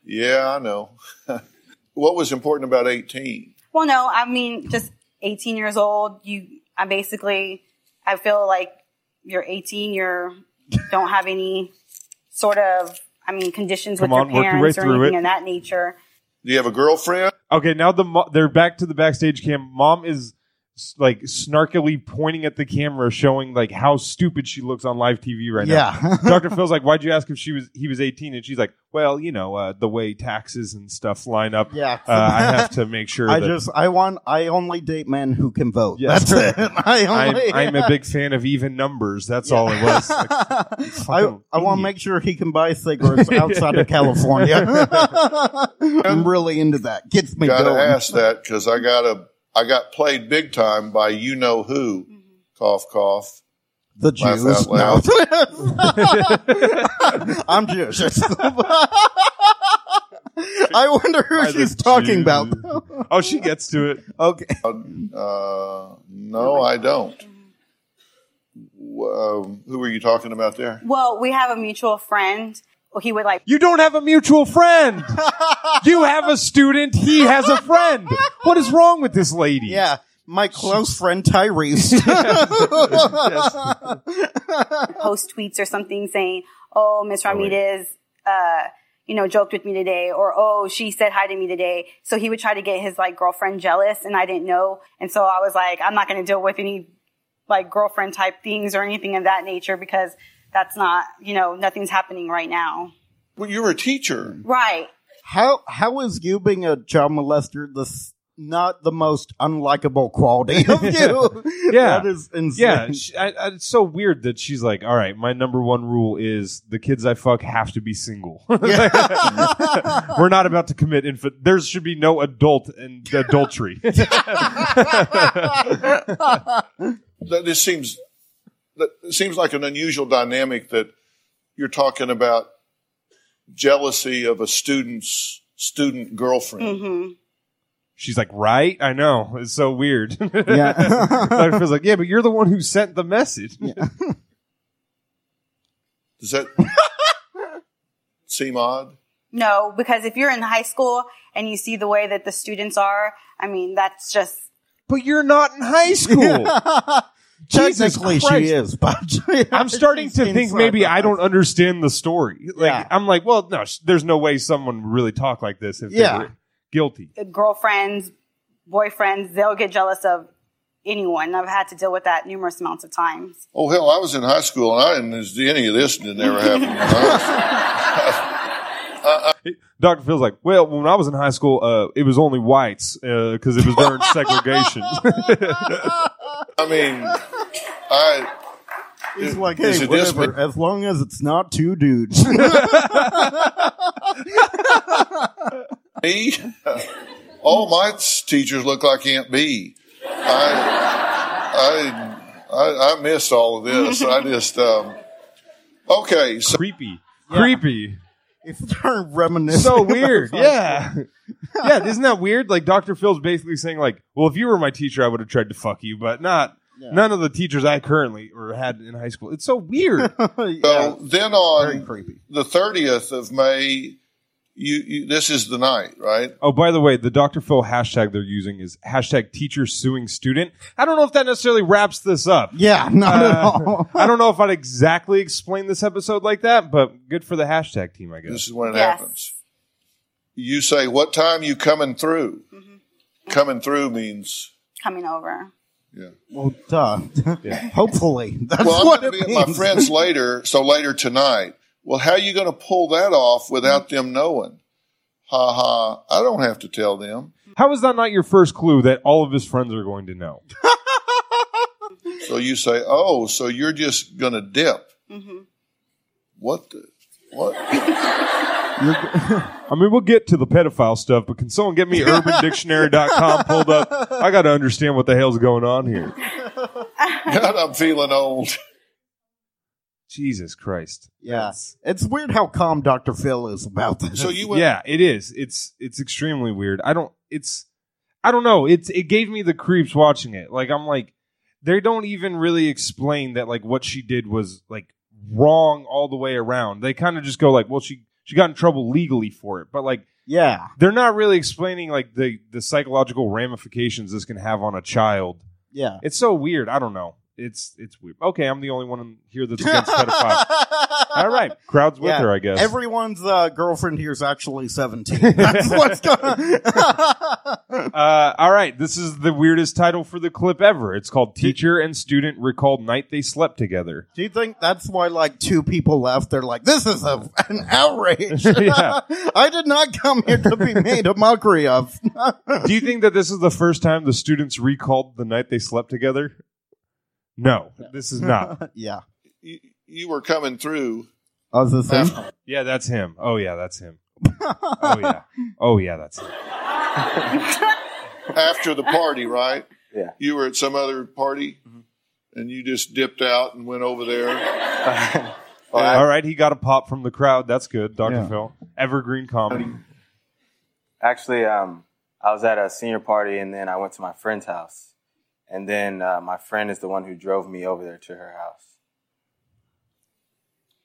S3: Yeah, I know. what was important about 18?
S4: Well, no, I mean, just 18 years old. You, I basically, I feel like you're 18. You're don't have any sort of, I mean, conditions
S1: Come
S4: with
S1: on,
S4: your
S1: work your way
S4: parents
S1: through
S4: or anything
S1: it.
S4: of that nature.
S3: Do you have a girlfriend?
S1: okay, now the mo- they're back to the backstage cam. Mom is s- like snarkily pointing at the camera, showing like how stupid she looks on live TV right
S2: Yeah.
S1: now. Dr. Phil's like, "Why'd you ask if she was he was 18?" And she's like, "Well, you know, uh, the way taxes and stuff line up,
S2: Yeah.
S1: uh, I have to make sure
S2: I
S1: that
S2: just I want I only date men who can vote.
S1: Yes.
S2: That's it. I
S1: I'm,
S2: only
S1: I'm a big fan of even numbers. That's all it was. Like,
S2: I,
S1: fucking
S2: I want
S1: idiot.
S2: to make sure he can buy cigarettes outside of California. I'm really into that. Gets me
S3: Gotta
S2: going.
S3: ask that because I got a, I got played big time by you know who. Cough, cough.
S2: The
S3: Laugh
S2: Jews.
S3: out loud.
S2: No. I'm Jewish. I wonder who
S1: By the
S2: she's talking
S1: Jews.
S2: about.
S1: oh, she gets to it.
S2: Okay.
S3: Uh, no, I don't. W- Um, who were you talking about there?
S4: Well, we have a mutual friend. Well, He would like
S1: You don't have a mutual friend. You have a student. He has a friend. What is wrong with this lady?
S2: Yeah. My close friend Tyrese.
S4: post tweets or something saying, "Oh, Miss Ramirez, uh, you know, joked with me today," or "Oh, she said hi to me today." So he would try to get his like girlfriend jealous, and I didn't know, and so I was like, "I'm not going to deal with any like girlfriend type things or anything of that nature because that's not, you know, nothing's happening right now."
S3: Well, you were a teacher.
S4: Right.
S2: How how is you being a child molester the s- not the most unlikable quality of you?
S1: Yeah.
S2: that is
S1: Yeah,
S2: insane.
S1: she, I, I, it's so weird that she's like, "All right, my number one rule is the kids I fuck have to be single. We're not about to commit infant. There should be no adult and adultery."
S3: That this seems that it seems like an unusual dynamic that you're talking about jealousy of a student's student girlfriend.
S4: hmm
S1: She's like, right? I know. It's so weird.
S2: Yeah.
S1: Dr. Phil's like, yeah, but you're the one who sent the message.
S3: Does that seem odd?
S4: No, because if you're in high school and you see the way that the students are, I mean, that's just
S1: But you're not in high school. Jesus
S2: Technically, she
S1: Christ.
S2: is, but
S1: I'm starting to
S2: She's
S1: think
S2: inside
S1: maybe
S2: the
S1: I don't
S2: house.
S1: understand the story. Like
S2: Yeah.
S1: I'm like, well, no, sh- there's no way someone would really talk like this if
S2: Yeah.
S1: they were guilty.
S4: girlfriends, boyfriends, they'll get jealous of anyone. I've had to deal with that numerous amounts of times.
S3: Oh hell, I was in high school and I didn't do any of this and it never happened. in high school.
S1: Doctor Phil's like, well, when I was in high school, uh, it was only whites because it was during segregation.
S3: I mean, I
S2: He's
S3: It-
S2: like,
S3: it's
S2: hey,
S3: a discipline.
S2: whatever. As long as it's not two dudes.
S3: me, all my s- teachers look like Aunt B. I, I, I, I missed all of this. I just um, okay. So
S1: Creepy, creepy,
S2: it's turned reminiscent.
S1: so weird. yeah, yeah. Isn't that weird? Like Doctor Phil's basically saying, like, well, if you were my teacher, I would have tried to fuck you, but not. None of the teachers I currently or had in high school. It's so weird.
S2: yeah,
S3: So um, then
S2: very
S3: on
S2: creepy.
S3: the 30th of May, you, you this is the night, right?
S1: Oh, by the way, the Dr. Phil hashtag they're using is hashtag teacher suing student. I don't know if that necessarily wraps this up.
S2: Yeah, not at
S1: Uh,
S2: all.
S1: I don't know if I'd exactly explain this episode like that, but good for the hashtag team, I
S3: This
S1: guess.
S3: is when it
S4: Yes.
S3: happens. You say, "What time you coming through?" Coming through means
S4: Coming over.
S3: yeah.
S2: Well, duh. Hopefully, that's
S3: Well, I'm
S2: what
S3: going to
S2: it
S3: be at
S2: means.
S3: my friend's later, so later tonight. Well, how you going to pull that off without
S2: Mm-hmm.
S3: them knowing? Ha ha! I don't have to tell them.
S1: How is that not your first clue that all of his friends are going to know?
S3: So you say, "Oh, so you're just going to dip?" What the? What?
S1: I mean, we'll get to the pedophile stuff, but can someone get me urbandictionary.com pulled up? I got to understand what the hell's going on here.
S3: God, I'm feeling old.
S1: Jesus Christ.
S2: Yeah, it's weird how calm Doctor Phil is about this.
S3: So you went.
S1: yeah, it is. It's it's extremely weird. I don't. It's I don't know. It's it gave me the creeps watching it. Like I'm like they don't even really explain that like what she did was like wrong all the way around. They kind of just go like, well, she she got in trouble legally for it, but like
S2: yeah,
S1: they're not really explaining like the the psychological ramifications this can have on a child.
S2: yeah.
S1: It's so weird. I don't know. It's it's weird. Okay, I'm the only one in here that's against pedophiles. All right, crowds with
S2: Yeah.
S1: her, I guess.
S2: Everyone's uh, girlfriend here is actually seventeen. That's what's going.
S1: Uh, all right, this is the weirdest title for the clip ever. It's called "Teacher and Student Recalled Night They Slept Together."
S2: Do you think that's why like two people left? They're like, this is a, an outrage.
S1: Yeah.
S2: I did not come here to be made a mockery of.
S1: Do you think that this is the first time the students recalled the night they slept together? No, this is not.
S2: yeah.
S3: You, you were coming through.
S2: I was the same.
S1: Yeah, that's him. Oh yeah, that's him. Oh yeah. Oh yeah, that's him.
S3: after the party, right?
S5: Yeah.
S3: You were at some other party and you just dipped out and went over there.
S1: All right, he got a pop from the crowd. That's good, Doctor
S2: Yeah.
S1: Phil. Evergreen comedy.
S5: Actually, um, I was at a senior party and then I went to my friend's house. And then uh, my friend is the one who drove me over there to her house.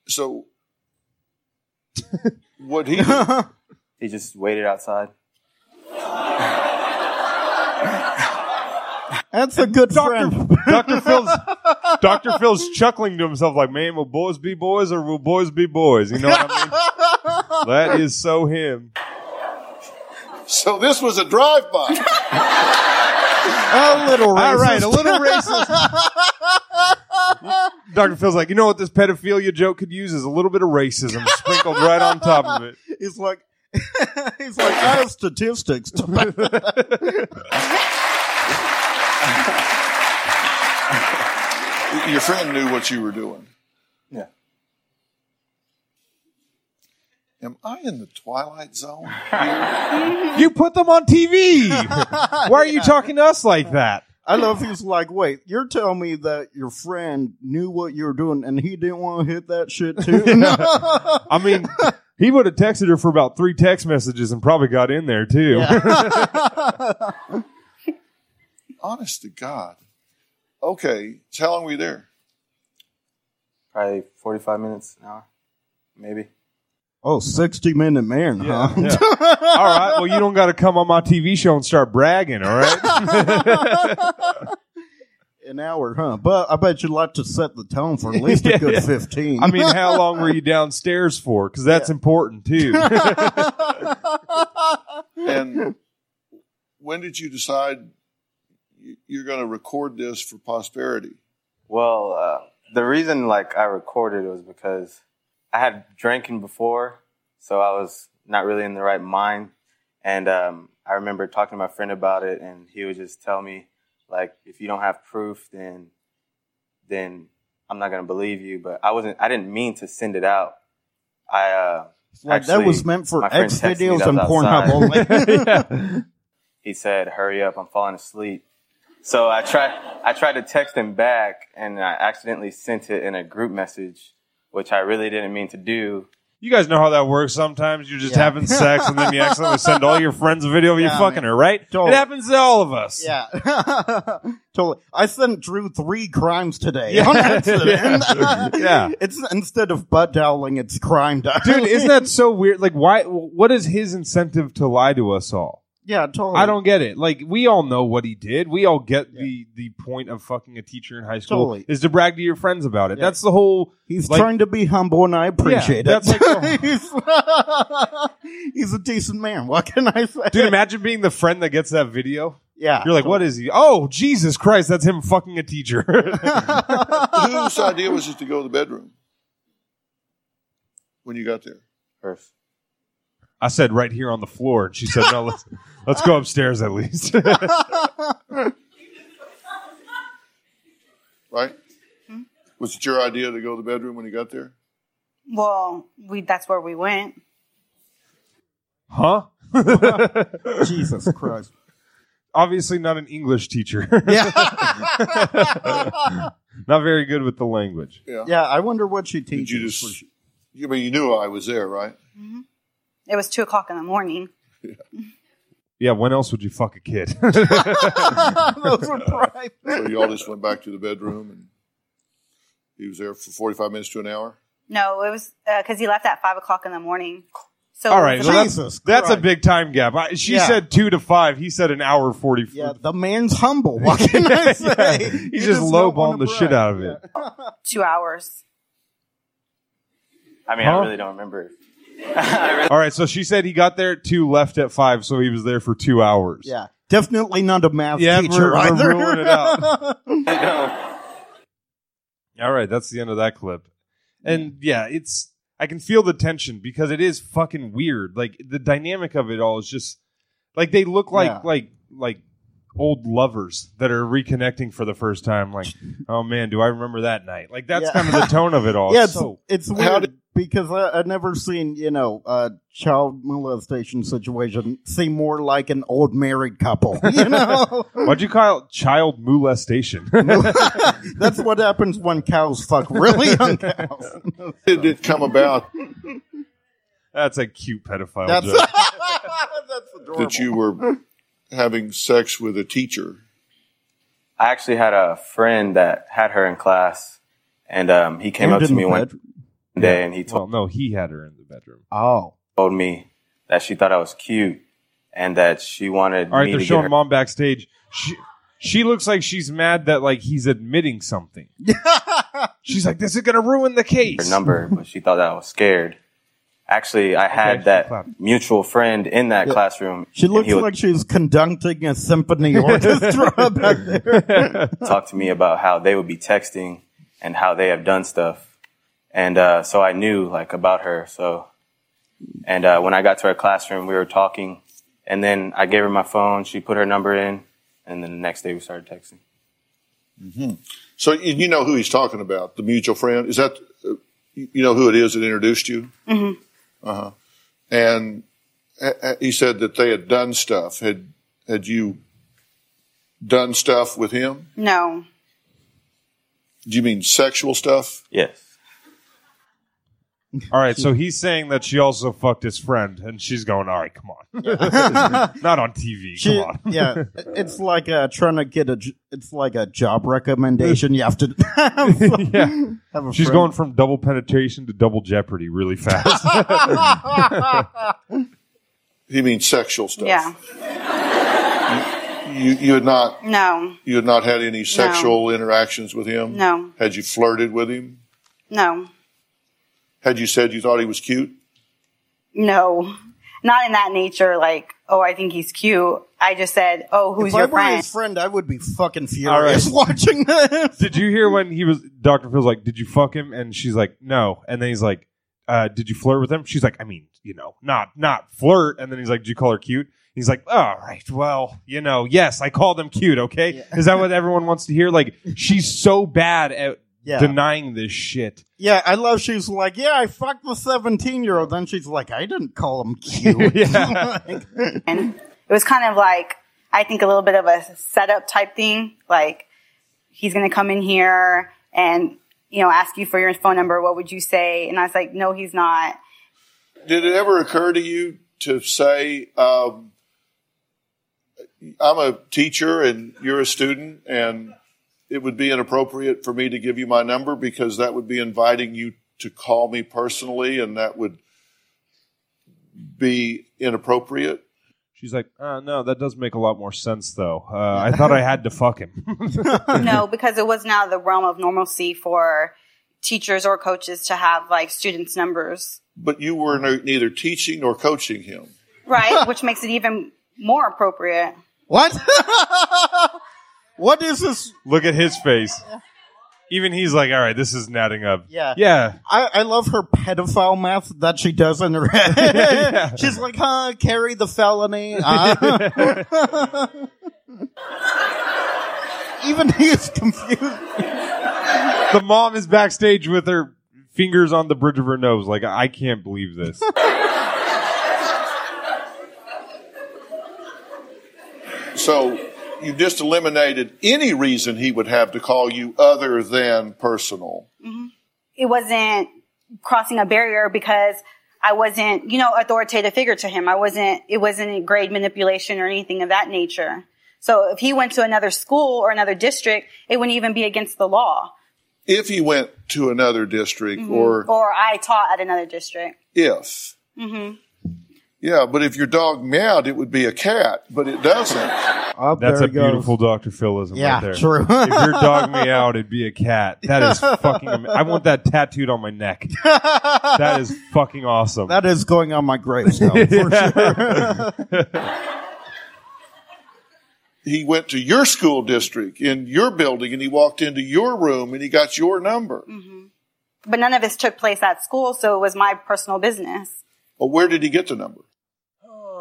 S3: So what he did-
S5: He just waited outside.
S2: That's a good friend.
S1: Doctor Phil's Doctor Phil's chuckling to himself like, "Man, will boys be boys or will boys be boys?" You know what I mean? that is so him.
S3: so this was a drive by.
S2: A little racist.
S1: All right, a little racist. Doctor Phil's like, you know what this pedophilia joke could use is a little bit of racism sprinkled right on top of it.
S2: He's like, he's like, I have statistics to back that up."
S3: Your friend knew what you were doing.
S5: Yeah.
S3: Am I in the twilight zone?
S1: You put them on TV. Why are you talking to us like that?
S2: I love he's like, wait, you're telling me that your friend knew what you were doing and he didn't want to hit that shit too?
S1: I mean, He would have texted her for about three text messages and probably got in there too.
S3: Honest to God. Okay, so how long were you there?
S5: Probably 45 minutes an hour, maybe.
S2: oh, 60 minute man, huh?
S1: Yeah. all right. Well, you don't got to come on my TV show and start bragging. All right.
S2: An hour, huh? But I bet you'd like to set the tone for at least a good 15.
S1: I mean, how long were you downstairs for? Because that's important too.
S3: And when did you decide y- you're going to record this for posterity?
S5: Well, uh, the reason like I recorded was because I had drinking before, so I was not really in the right mind. And um, I remember talking to my friend about it, and he would just tell me like, if you don't have proof, then then I'm not gonna believe you. But I wasn't. I didn't mean to send it out. I uh,
S2: like, that
S5: actually,
S2: was meant for
S5: my friend
S2: X
S5: texted me
S2: videos
S5: that
S2: and
S5: I was outside.
S2: Pornhub only.
S5: he said, "Hurry up, I'm falling asleep." So I tried I tried to text him back, and I accidentally sent it in a group message, which I really didn't mean to do.
S1: You guys know how that works. Sometimes you're just
S2: Yeah.
S1: having sex and then you accidentally send all your friends a video of you
S2: Yeah,
S1: fucking
S2: man.
S1: her, right?
S2: Totally.
S1: It happens to all of us.
S2: yeah. totally. I sent Drew three crimes today
S1: Yeah.
S2: on accident.
S1: Yeah.
S2: It's instead of butt doweling, it's crime dialing.
S1: Dude, isn't that so weird? Like, why? What is his incentive to lie to us all?
S2: yeah, totally.
S1: I don't get it. Like, we all know what he did. We all get the the point of fucking a teacher in high school
S2: Totally.
S1: is to brag to your friends about it.
S2: Yeah.
S1: That's the whole.
S2: He's
S1: Like-
S2: trying to be humble, and I appreciate
S1: Yeah,
S2: it.
S1: that's like oh.
S2: he's, he's a decent man. What can I say?
S1: Dude, imagine being the friend that gets that video.
S2: yeah,
S1: You're like, what is he? Oh, Jesus Christ, that's him fucking a teacher.
S3: Whose idea was it to go to the bedroom when you got there?
S5: First,
S1: I said right here on the floor, and she said, no, let's let's go upstairs at least.
S3: Right? Was it your idea to go to the bedroom when you got there?
S4: Well, we that's where we went.
S1: huh?
S2: Jesus Christ.
S1: obviously not an English teacher.
S2: Yeah,
S1: not very good with the language.
S3: Yeah.
S2: yeah. I wonder what she
S3: Did
S2: teaches.
S3: you just? You mean you knew I was there, right?
S4: It was two o'clock in the morning.
S1: Yeah, when else would you fuck a kid?
S2: Those were prime.
S3: So y'all just went back to the bedroom, and he was there for forty-five minutes to an hour.
S4: No, it was because he left at five o'clock in the morning. So
S1: All right,
S4: the
S1: well, that's,
S2: Jesus
S1: that's a
S2: Christ.
S1: big time gap. I, she
S2: Yeah.
S1: said two to five. He said an hour forty.
S2: Yeah, the man's humble. What can I say?
S1: He's
S2: You
S1: just
S2: don't
S1: lowballing
S2: wanna
S1: the shit
S2: brag.
S1: out of it.
S4: two hours.
S5: I mean,
S1: Huh?
S5: I really don't remember.
S1: All right, so she said he got there at two, left at five, so he was there for two hours.
S2: Yeah, definitely not a math
S1: yeah, we're,
S2: teacher
S1: we're
S2: either.
S1: ruling it out.
S5: No.
S1: All right, that's the end of that clip. And yeah, it's I can feel the tension because it is fucking weird. Like the dynamic of it all is just like they look like
S2: Yeah.
S1: like like old lovers that are reconnecting for the first time. Like, oh man, do I remember that night? Like that's
S2: Yeah.
S1: kind of the tone of it all.
S2: yeah,
S1: It's
S2: it's,
S1: Oh, so
S2: it's
S3: How
S2: weird because I, I've never seen you know a child molestation situation seem more like an old married couple. You know,
S1: why'd you call it child molestation?
S2: that's what happens when cows fuck really young cows.
S3: It did come about
S1: that's a cute pedophile
S2: That's
S1: joke.
S2: that's adorable.
S3: that you were having sex with a teacher.
S5: I actually had a friend that had her in class, and um, he came up to
S2: Ended
S5: me
S2: in
S5: one
S2: bed.
S5: day and he told,
S1: Well, no, he had her in the bedroom.
S2: Oh,
S5: told me that she thought I was cute and that she wanted
S1: All right,
S5: me
S1: they're
S5: to get her.
S1: showing mom backstage. She she looks like she's mad that like he's admitting something. she's like, this is gonna ruin the
S5: her
S1: case.
S5: number, but she thought that I was scared. Actually, I had
S1: she
S5: that
S1: clapped.
S5: mutual friend in that classroom.
S2: she
S5: and
S2: looks
S5: he would
S2: like she's conducting a symphony orchestra back there.
S5: talk to me about how they would be texting and how they have done stuff, and uh, so I knew like about her. So, and uh, when I got to her classroom, we were talking, and then I gave her my phone. She put her number in, and then the next day we started texting.
S3: So you you know who he's talking about, the mutual friend. Is that uh, you you know who it is that introduced you? Mm-hmm. Uh huh. And uh, uh, he said that they had done stuff. Had had you done stuff with him?
S4: No,
S3: Do you mean sexual stuff?
S5: Yes.
S1: All right, so he's saying that she also fucked his friend, and she's going, "All right, come on, not on TV,
S2: She-
S1: come on."
S2: yeah, it's like uh, trying to get a. j- It's like a job recommendation. You have to. have a-
S1: Yeah.
S2: have a
S1: She's
S2: friend.
S1: going from double penetration to double jeopardy really fast.
S3: He means sexual stuff.
S4: Yeah.
S3: You you had not
S4: No.
S3: you had not had any sexual interactions with him.
S4: No.
S3: Had you flirted with him?
S4: No.
S3: Had you said you thought he was cute?
S4: No. Not in that nature. Like, oh, I think he's cute. I just said, oh, who's
S2: If I
S4: your
S2: were
S4: friend?
S2: his friend, I would be fucking furious watching this.
S1: did you hear when he was Doctor Phil's like, "Did you fuck him?" And she's like, "No." And then he's like, uh, "Did you flirt with him?" She's like, "I mean, you know, not not flirt." And then he's like, "Did you call her cute?" He's like, "All right, well, you know, yes, I called him cute. Okay, is that what everyone wants to hear?" Like, she's so bad at
S2: Yeah.
S1: denying this shit.
S2: Yeah, I love. She's like, yeah, I fucked the seventeen-year-old. Then she's like, I didn't call him cute.
S1: Yeah.
S2: Like,
S4: it was kind of like I think a little bit of a setup type thing. Like he's going to come in here and you know ask you for your phone number. What would you say? And I was like, no, he's not.
S3: Did it ever occur to you to say, um, I'm a teacher and you're a student, and it would be inappropriate for me to give you my number because that would be inviting you to call me personally, and that would be inappropriate?
S1: She's like, uh, "No, that does make a lot more sense, though. Uh, I thought I had to fuck him."
S4: no, because it wasn't out of the realm of normalcy for teachers or coaches to have like students' numbers,
S3: But you were no, neither teaching nor coaching him.
S4: right? Which makes it even more appropriate.
S2: what? what is this?
S1: Look at his face. Even he's like, all right, this isn't adding up.
S2: Yeah.
S1: Yeah.
S2: I, I love her pedophile math that she does in her head. She's like, huh, carry the felony. uh. Even he is confused.
S1: The mom is backstage with her fingers on the bridge of her nose. Like, I can't believe this.
S3: So you just eliminated any reason he would have to call you other than personal.
S4: It wasn't crossing a barrier because I wasn't, you know, authoritative figure to him. I wasn't. It wasn't grade manipulation or anything of that nature. So if he went to another school or another district, it wouldn't even be against the law.
S3: If he went to another district or
S4: Or I taught at another district.
S3: if.
S4: Mm-hmm.
S3: Yeah, but if your dog meowed, it would be a cat, but it doesn't.
S2: Oh,
S1: That's
S2: there
S1: a
S2: he goes.
S1: beautiful Dr. Philism
S2: Yeah,
S1: right there.
S2: true.
S1: if your dog me out, it'd be a cat. That is fucking am- I want that tattooed on my neck. That is fucking awesome.
S2: That is going on my gravestone for sure.
S3: he went to your school district in your building and he walked into your room and he got your number.
S4: Mm-hmm. But none of this took place at school, so it was my personal business.
S3: Well, where did he get the number?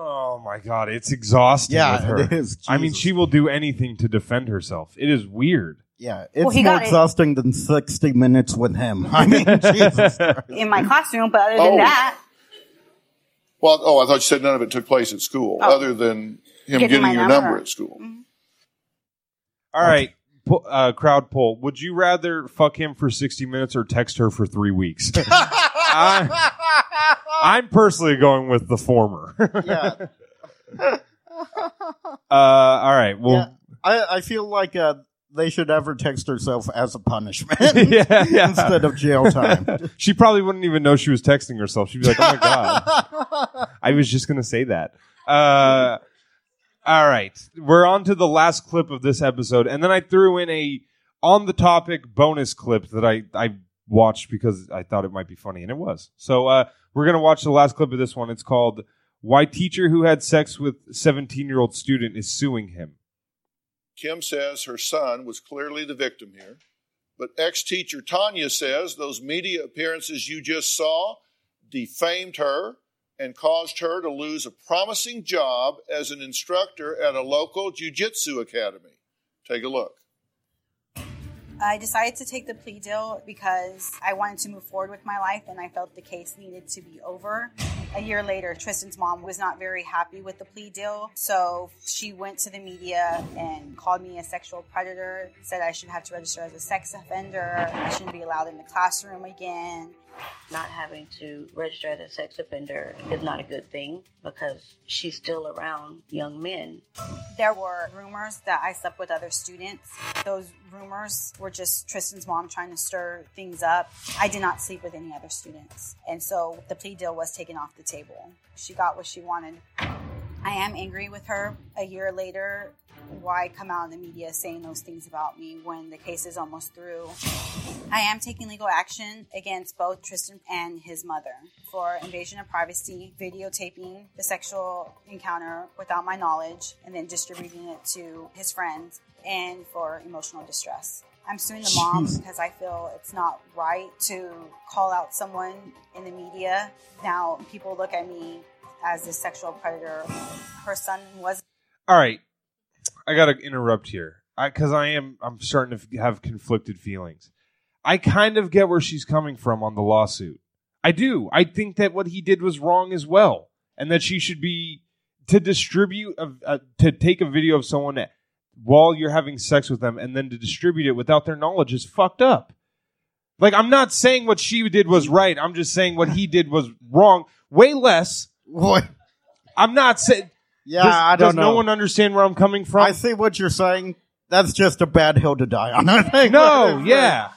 S1: oh my god, it's exhausting
S2: Yeah,
S1: with her.
S2: it is.
S1: I mean,
S2: Jesus.
S1: she will do anything to defend herself. It is weird.
S2: Yeah, it's
S4: he
S2: more
S4: got it.
S2: exhausting than 60 minutes with him. I mean, Jesus. Christ.
S4: In my classroom, but other than
S3: Oh.
S4: that,
S3: Well, oh, I thought you said none of it took place at school other than him
S4: Oh. Getting
S3: getting,
S4: my
S3: your
S4: number. Mm-hmm.
S3: number at school.
S1: All right, po- uh, crowd poll. Would you rather fuck him for 60 minutes or text her for three weeks? I'm, I'm personally going with the former.
S2: Yeah.
S1: uh, all right. Well,
S2: I, I feel like uh, they should ever text herself as a punishment
S1: yeah. yeah.
S2: instead of jail time.
S1: she probably wouldn't even know she was texting herself. She'd be like, oh my God. I was just going to say that. Uh, all right. We're on to the last clip of this episode. And then I threw in a on the topic bonus clip that I, I watched because I thought it might be funny, and it was. So uh, we're going to watch the last clip of this one. It's called Why Teacher Who Had Sex with 17 Year Old Student Is Suing Him.
S3: Kim says her son was clearly the victim here. But ex teacher Tanya says those media appearances you just saw defamed her and caused her to lose a promising job as an instructor at a local jujitsu academy. Take a look.
S4: I decided to take the plea deal because I wanted to move forward with my life and I felt the case needed to be over a year later, Tristan's mom was not very happy with the plea deal. So she went to the media and called me a sexual predator, said I should have to register as a sex offender, I shouldn't be allowed in the classroom again.
S6: Not having to register as a sex offender is not a good thing because she's still around young men.
S4: There were rumors that I slept with other students. Those rumors were just Tristan's mom trying to stir things up. I did not sleep with any other students. And so the plea deal was taken off the table. She got what she wanted. I am angry with her a year later. Why come out in the media saying those things about me when the case is almost through? I am taking legal action against both Tristan and his mother for invasion of privacy, videotaping the sexual encounter without my knowledge, and then distributing it to his friends, and for emotional distress. I'm suing the mom
S2: Jeez.
S4: because I feel it's not right to call out someone in the media. Now people look at me as a sexual predator. Her son was
S1: All right, I gotta interrupt here because I, am I'm starting to f- have conflicted feelings. I kind of get where she's coming from on the lawsuit. I do. I think that what he did was wrong as well, and that she should be to distribute a, a, to take a video of someone while you're having sex with them and then to distribute it without their knowledge is fucked up. Like I'm not saying what she did was right. I'm just saying what he did was wrong. Way less.
S2: What?
S1: I'm not saying.
S2: Yeah,
S1: does,
S2: I don't
S1: does
S2: know.
S1: no one understand where I'm coming from?
S2: I see what you're saying. That's just a bad hill to die on. I think.
S1: No, yeah.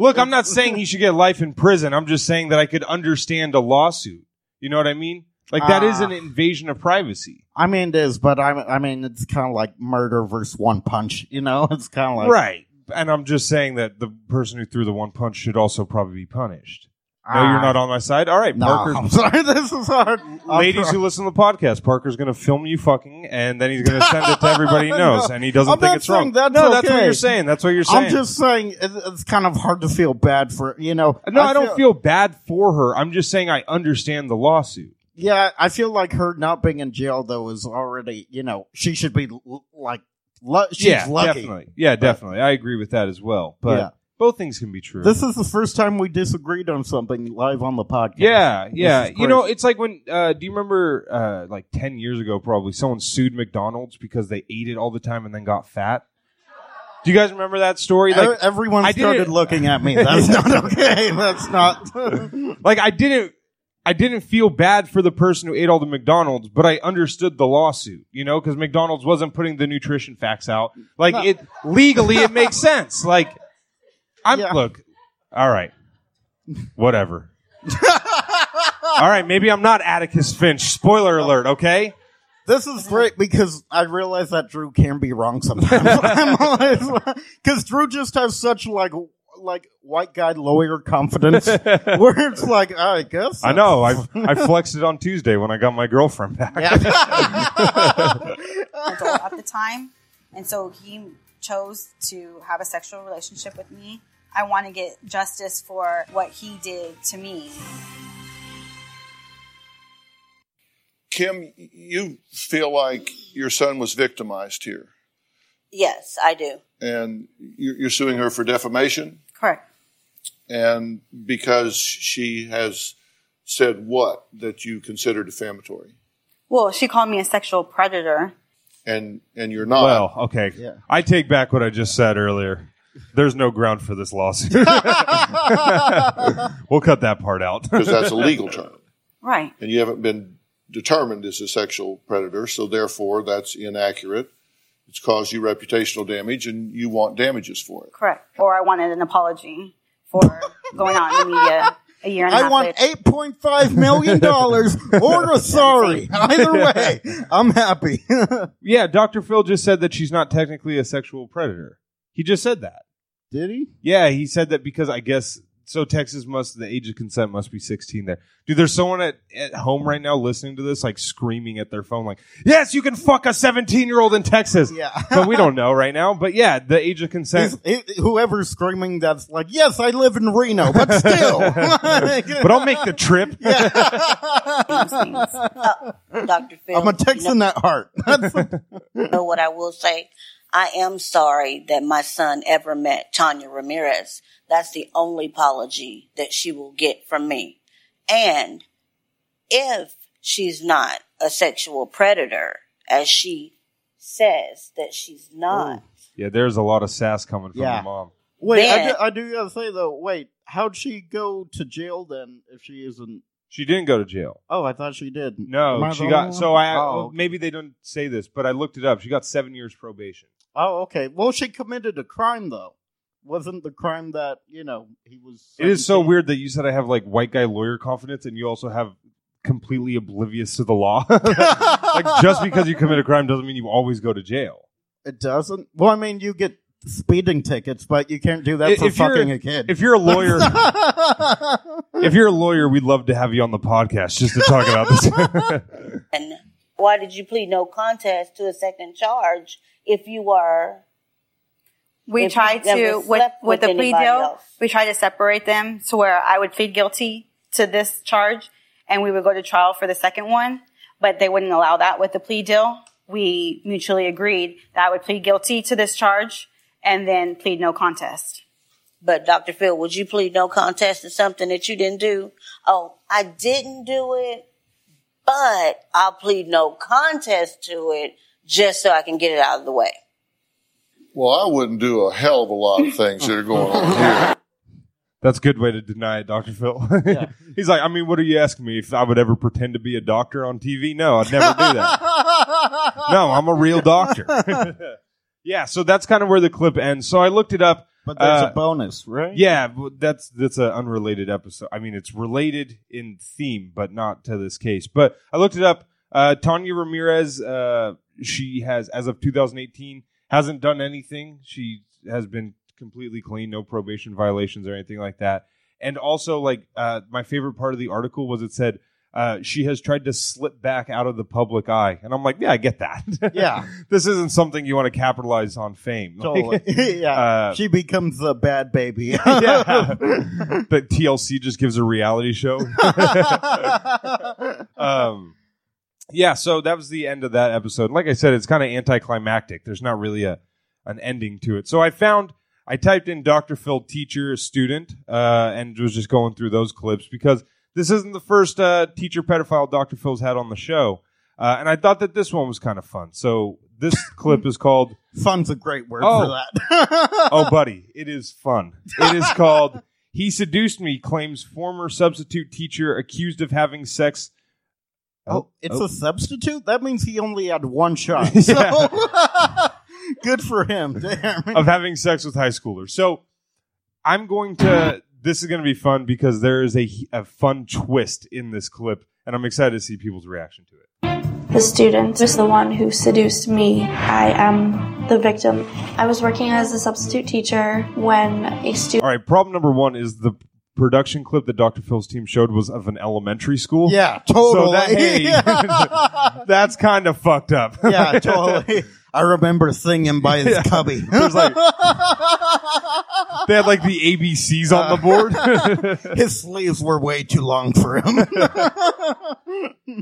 S1: Look, I'm not saying he should get life in prison. I'm just saying that I could understand a lawsuit. You know what I mean? Like that is
S2: Ah.
S1: an invasion of privacy.
S2: I mean, it is, but I, I mean, it's kind of like murder versus one punch. You know, it's kind of like
S1: right. And I'm just saying that the person who threw the one punch should also probably be punished. no,
S2: Ah.
S1: you're not on my side. All right,
S2: No,
S1: Parker.
S2: I'm sorry. This is hard. I'm
S1: Ladies who listen to the podcast, Parker's going to film you fucking, and then he's going to send it to everybody he knows,
S2: No.
S1: and he doesn't
S2: I'm
S1: think
S2: not
S1: it's wrong.
S2: saying that's
S1: no, that's what
S2: okay.
S1: you're saying. That's what you're saying.
S2: I'm just saying it, it's kind of hard to feel bad for you know.
S1: no, I, don't feel bad for her. I'm just saying I understand the lawsuit.
S2: Yeah, I feel like her not being in jail though is already you know she should be l- like lu- she's
S1: yeah,
S2: lucky.
S1: definitely. Yeah, definitely. I agree with that as well. But
S2: Yeah.
S1: both things can be true.
S2: This is the first time we disagreed on something live on the podcast.
S1: yeah,
S2: This
S1: yeah.
S2: is
S1: You know,
S2: crazy.
S1: it's like when uh, do you remember uh, like ten years ago probably someone sued McDonald's because they ate it all the time and then got fat? Do you guys remember that story?
S2: Ev-
S1: Like
S2: everyone
S1: I did
S2: started
S1: it-
S2: looking at me. That's not okay. That's not.
S1: like I didn't I didn't feel bad for the person who ate all the McDonald's, but I understood the lawsuit, you know, because McDonald's wasn't putting the nutrition facts out. Like it legally it makes sense. Like I'm
S2: Yeah.
S1: look, all right. Whatever. all right, maybe I'm not Atticus Finch. Spoiler alert, okay?
S2: This is great because I realize that Drew can be wrong sometimes. Because Drew just has such like w- like white guy lawyer confidence, where it's like I guess
S1: I know. I I flexed it on Tuesday when I got my girlfriend back.
S4: adult at the time, and so he chose to have a sexual relationship with me. I want to get justice for what he did to me.
S3: Kim, you feel like your son was victimized here,
S6: Yes, I do.
S3: and you're you're suing her for defamation,
S4: Correct.
S3: and because she has said what that you consider defamatory,
S4: Well, she called me a sexual predator.
S3: and and you're not.
S1: Well, okay. I take back what I just said earlier. There's no ground for this lawsuit. we'll cut that part out.
S3: because that's a legal term,
S4: Right.
S3: and you haven't been determined as a sexual predator, so therefore that's inaccurate. It's caused you reputational damage, and you want damages for it.
S4: Correct. Or I wanted an apology for going out in the media a year and a
S2: I
S4: half
S2: want
S4: later.
S2: eight point five million dollars or a sorry. Either way, I'm happy.
S1: Yeah, Dr. Phil just said that she's not technically a sexual predator. He just said that.
S2: Did he?
S1: Yeah, he said that because I guess so Texas must the age of consent must be 16 there. Dude, there's someone at, at home right now listening to this like screaming at their phone like, "Yes, you can fuck a 17-year-old in Texas."
S2: Yeah.
S1: but we don't know right now, but yeah, the age of consent
S2: He's- he- whoever's screaming that's like, yes, I live in Reno, but still.
S1: but I'll make the trip.
S6: Dr. Phil.
S2: I'm a Texan at heart. That's
S6: know what I will say? I am sorry that my son ever met Tanya Ramirez. That's the only apology that she will get from me. And
S7: if she's not a sexual predator, as she says that she's not.
S1: Yeah, there's a lot of sass coming from
S2: Yeah.
S1: the mom.
S2: Wait, I
S7: Then-
S2: do, I do gotta say though. Wait, how'd she go to jail then if she isn't?
S1: She didn't go to jail.
S2: Oh, I thought she did. Am I
S1: No, she
S2: the
S1: got.
S2: only
S1: So
S2: one?
S1: I
S2: Oh,
S1: well, maybe they don't say this, but I looked it up. She got seven years probation.
S2: Oh, okay. Well, she committed a crime though. Wasn't the crime that you know he was?
S1: It is so
S2: 17?
S1: weird that you said I have like white guy lawyer confidence, and you also have completely oblivious to the law. like just because you commit a crime doesn't mean you always go to jail.
S2: It doesn't. Well, I mean, you get speeding tickets, but you can't do that
S1: If-
S2: for
S1: if you're-
S2: fucking a kid.
S1: If you're a lawyer, if you're a lawyer, we'd love to have you on the podcast just to talk about this.
S7: And why did you plead no contest to a second charge if you were?
S4: We
S7: If
S4: tried
S7: you've never
S4: to with
S7: slept
S4: with
S7: with
S4: the plea
S7: anybody
S4: deal.
S7: else.
S4: We tried to separate them to where I would plead guilty to this charge, and we would go to trial for the second one. But they wouldn't allow that with the plea deal. We mutually agreed that I would plead guilty to this charge and then plead no contest.
S7: But Dr. Phil, would you plead no contest to something that you didn't do? Oh, I didn't do it, but I'll plead no contest to it just so I can get it out of the way.
S3: Well, I wouldn't do a hell of a lot of things that are going on here.
S1: That's a good way to deny it, Doctor Phil. He's like, I mean, what are you asking me if I would ever pretend to be a doctor on TV? No, I'd never do that. no, I'm a real doctor. yeah, so that's kind of where the clip ends. So I looked it up.
S2: but there's
S1: Uh,
S2: a bonus, right?
S1: Yeah, but that's that's an unrelated episode. I mean, it's related in theme, but not to this case. But I looked it up. Uh, Tanya Ramirez, uh, she has, as of 2018, hasn't done anything. She has been completely clean, no probation violations or anything like that. And also, like uh, my favorite part of the article was it said uh, she has tried to slip back out of the public eye, and I'm like, yeah, I get that.
S2: Yeah.
S1: this isn't something you want to capitalize on fame. Like,
S2: Totally. yeah.
S1: uh,
S2: she becomes a bad baby.
S1: yeah. but TLC just gives a reality show. um, yeah, so that was the end of that episode. Like I said, it's kind of anticlimactic. There's not really a an ending to it. So I found I typed in Dr. Phil teacher student uh, and was just going through those clips because this isn't the first uh, teacher pedophile Dr. Phil's had on the show. Uh, and I thought that this one was kind of fun. So this clip is called
S2: Fun's a great word
S1: Oh.
S2: for that.
S1: oh, buddy, it is fun. It is called He Seduced Me, claims former substitute teacher accused of having sex.
S2: Oh, it's a substitute? That means he only had one shot.
S1: Yeah.
S2: So good for him. Damn.
S1: of having sex with high schoolers. So I'm going to. This is going to be fun because there is a, a fun twist in this clip, and I'm excited to see people's reaction to it.
S8: The student is the one who seduced me. I am the victim. I was working as a substitute teacher when a student
S1: All right, problem number one is the production clip that Dr. Phil's team showed was of an elementary school.
S2: Yeah, totally.
S1: So that, hey, that's kind of fucked up.
S2: yeah, totally. I remember singing by his cubby.
S1: There's like they had like the ABCs
S2: Uh.
S1: on the board.
S2: his sleeves were way too long for him.
S1: Oh,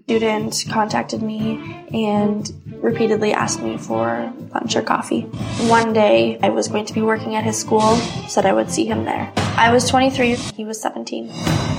S8: student contacted me and repeatedly asked me for lunch or coffee. One day, I was going to be working at his school, said I would see him there. I was 23, he was 17.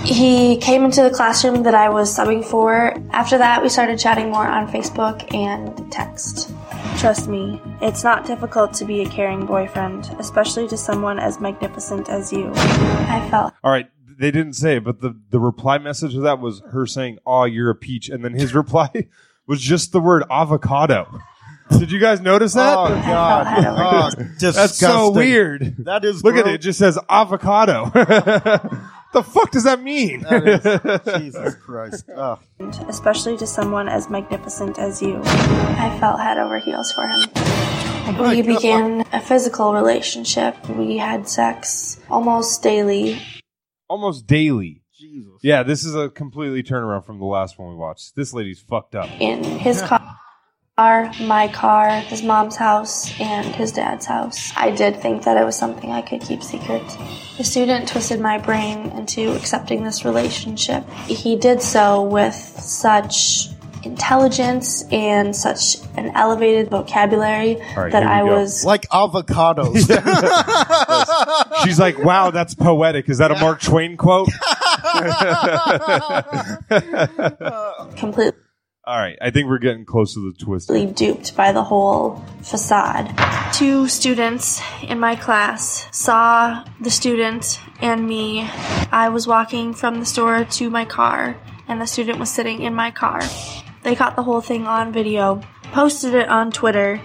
S8: He came into the classroom that I was subbing for. After that, we started chatting more on Facebook and text. Trust me, it's not difficult to be a caring boyfriend, especially to someone as magnificent as you. I felt
S1: All right, they didn't say, it, but the the reply message to that was her saying, "Aw, you're a peach," and then his reply was just the word avocado. Did you guys notice that?
S2: Oh God!
S8: God.
S2: Oh,
S1: That's so
S2: disgusting.
S1: weird.
S2: That is.
S1: Look at
S2: gross.
S1: it; it just says avocado. the fuck does that mean?
S2: That is- Jesus Christ! Ugh.
S8: especially to someone as magnificent as you. I fell head over heels for him. We began a physical relationship. We had sex almost daily.
S1: Almost daily.
S2: Jesus.
S1: Yeah, this is a completely turnaround from the last one we watched. This lady's fucked up.
S8: in his car, my car, his mom's house, and his dad's house. I did think that it was something I could keep secret. The student twisted my brain into accepting this relationship. He did so with such intelligence and such an elevated vocabulary
S1: right,
S8: that
S1: here we
S8: I
S1: go.
S8: was
S2: Like avocados.
S1: She's like, "Wow, that's poetic. Is that a Mark Twain quote?"
S8: completely
S1: All right, I think we're getting close to the twist.
S8: duped by the whole facade. Two students in my class saw the student and me. I was walking from the store to my car, and the student was sitting in my car. They caught the whole thing on video, posted it on Twitter.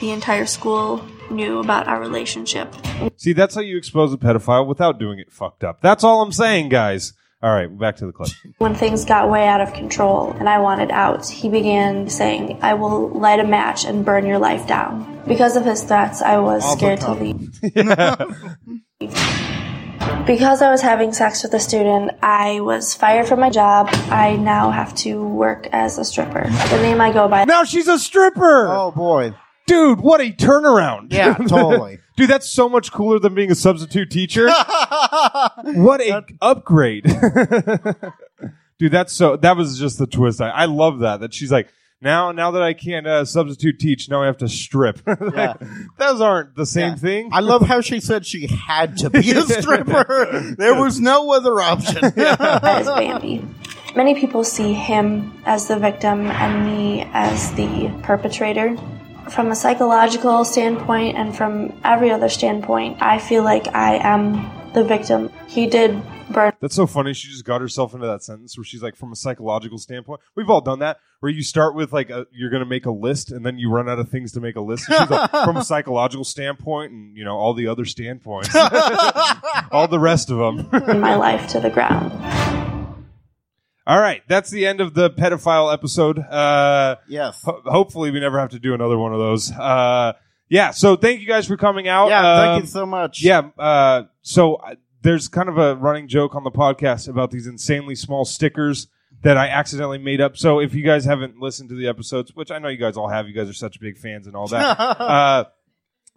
S8: The entire school knew about our relationship.
S1: See, that's how you expose a pedophile without doing it fucked up. That's all I'm saying, guys. All right, back to the clip.
S8: When things got way out of control and I wanted out, he began saying, I will light a match and burn your life down. Because of his threats, I was scared to leave. Because I was having sex with a student, I was fired from my job. I now have to work as a stripper. The name I go by
S1: now she's a stripper.
S2: oh boy.
S1: Dude, what a turnaround.
S2: Yeah, totally.
S1: Dude, that's so much cooler than being a substitute teacher. what a upgrade. Dude, that's so that was just the twist. I, I love that. That she's like, now now that I can't uh, substitute teach, now I have to strip. Like, Those aren't the same thing.
S2: I love how she said she had to be a stripper. there was no other option.
S8: as Bambi. Many people see him as the victim and me as the perpetrator. From a psychological standpoint and from every other standpoint, I feel like I am the victim. He did burn
S1: That's so funny. She just got herself into that sentence where she's like, from a psychological standpoint, we've all done that, where you start with like, a, you're going to make a list and then you run out of things to make a list. And she's like, from a psychological standpoint and, you know, all the other standpoints, all the rest of them.
S8: my life to the ground.
S1: all right. That's the end of the pedophile episode. Uh,
S2: yes.
S1: ho- hopefully we never have to do another one of those. Uh, yeah. So thank you guys for coming out.
S2: Yeah, thank
S1: Um,
S2: you so much.
S1: Yeah. Uh, so uh, there's kind of a running joke on the podcast about these insanely small stickers that I accidentally made up. So if you guys haven't listened to the episodes, which I know you guys all have, you guys are such big fans and all that. uh,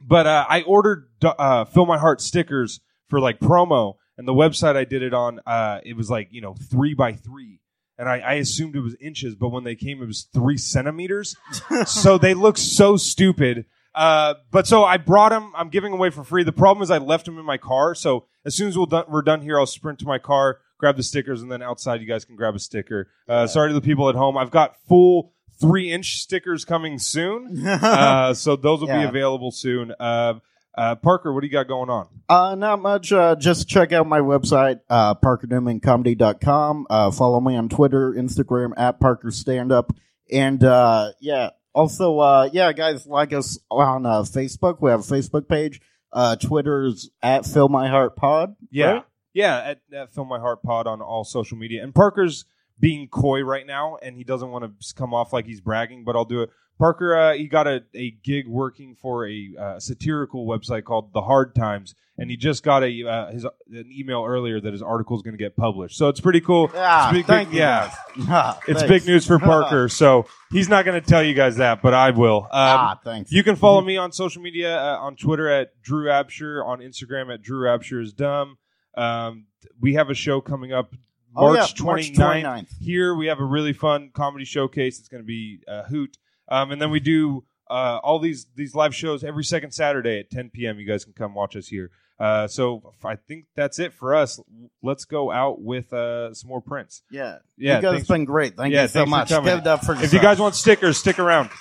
S1: but uh, I ordered uh, Fill My Heart stickers for like promo, and the website I did it on, uh, it was like, you know, three by three. And I, I assumed it was inches, but when they came, it was three centimeters. so they look so stupid. Uh, but so I brought them. I'm giving away for free. The problem is I left them in my car. So as soon as we'll done, we're done here, I'll sprint to my car, grab the stickers, and then outside you guys can grab a sticker. Uh, Sorry to the people at home. I've got full three inch stickers coming soon. uh, so those will be
S2: Yeah.
S1: available soon. Uh, uh, Parker, what do you got going on?
S2: Uh, not much. Uh, just check out my website, uh, parkernewmancomedy.com. Uh, follow me on Twitter, Instagram, at Parker Stand Up. And, uh, yeah. Also, uh, yeah, guys, like us on, uh, Facebook. We have a Facebook page. Uh, Twitter's at Fill My Heart Pod.
S1: Yeah.
S2: right?
S1: Yeah, at, at Fill My Heart Pod on all social media. And Parker's being coy right now, and he doesn't want to come off like he's bragging, but I'll do it. Parker, uh, he got a, a gig working for a uh, satirical website called The Hard Times, and he just got a uh, his an email earlier that his article is going to get published. So it's pretty cool.
S2: Yeah,
S1: It's big-
S2: thank you.
S1: yeah,
S2: Ah,
S1: it's
S2: thanks.
S1: big news for Parker. so he's not going to tell you guys that, but I will. Um,
S2: ah, thanks.
S1: you can follow me on social media uh, on Twitter at Drew Absher, on Instagram at Drew Absher is dumb. Um, we have a show coming up
S2: Oh, yeah,
S1: March,
S2: March
S1: 29th.
S2: 29th.
S1: Here we have a really fun comedy showcase. It's going to be a hoot. Um, and then we do uh, all these these live shows every second Saturday at 10 p.m. You guys can come watch us here. Uh, so I think that's it for us. Let's go out with uh, some more prints.
S2: yeah.
S1: Yeah,
S2: You guys
S1: thanks-
S2: have been great. Thank
S1: yeah,
S2: you so
S1: thanks for
S2: much.
S1: coming.
S2: Give it up for
S1: If you
S2: yourself.
S1: guys want stickers, stick around.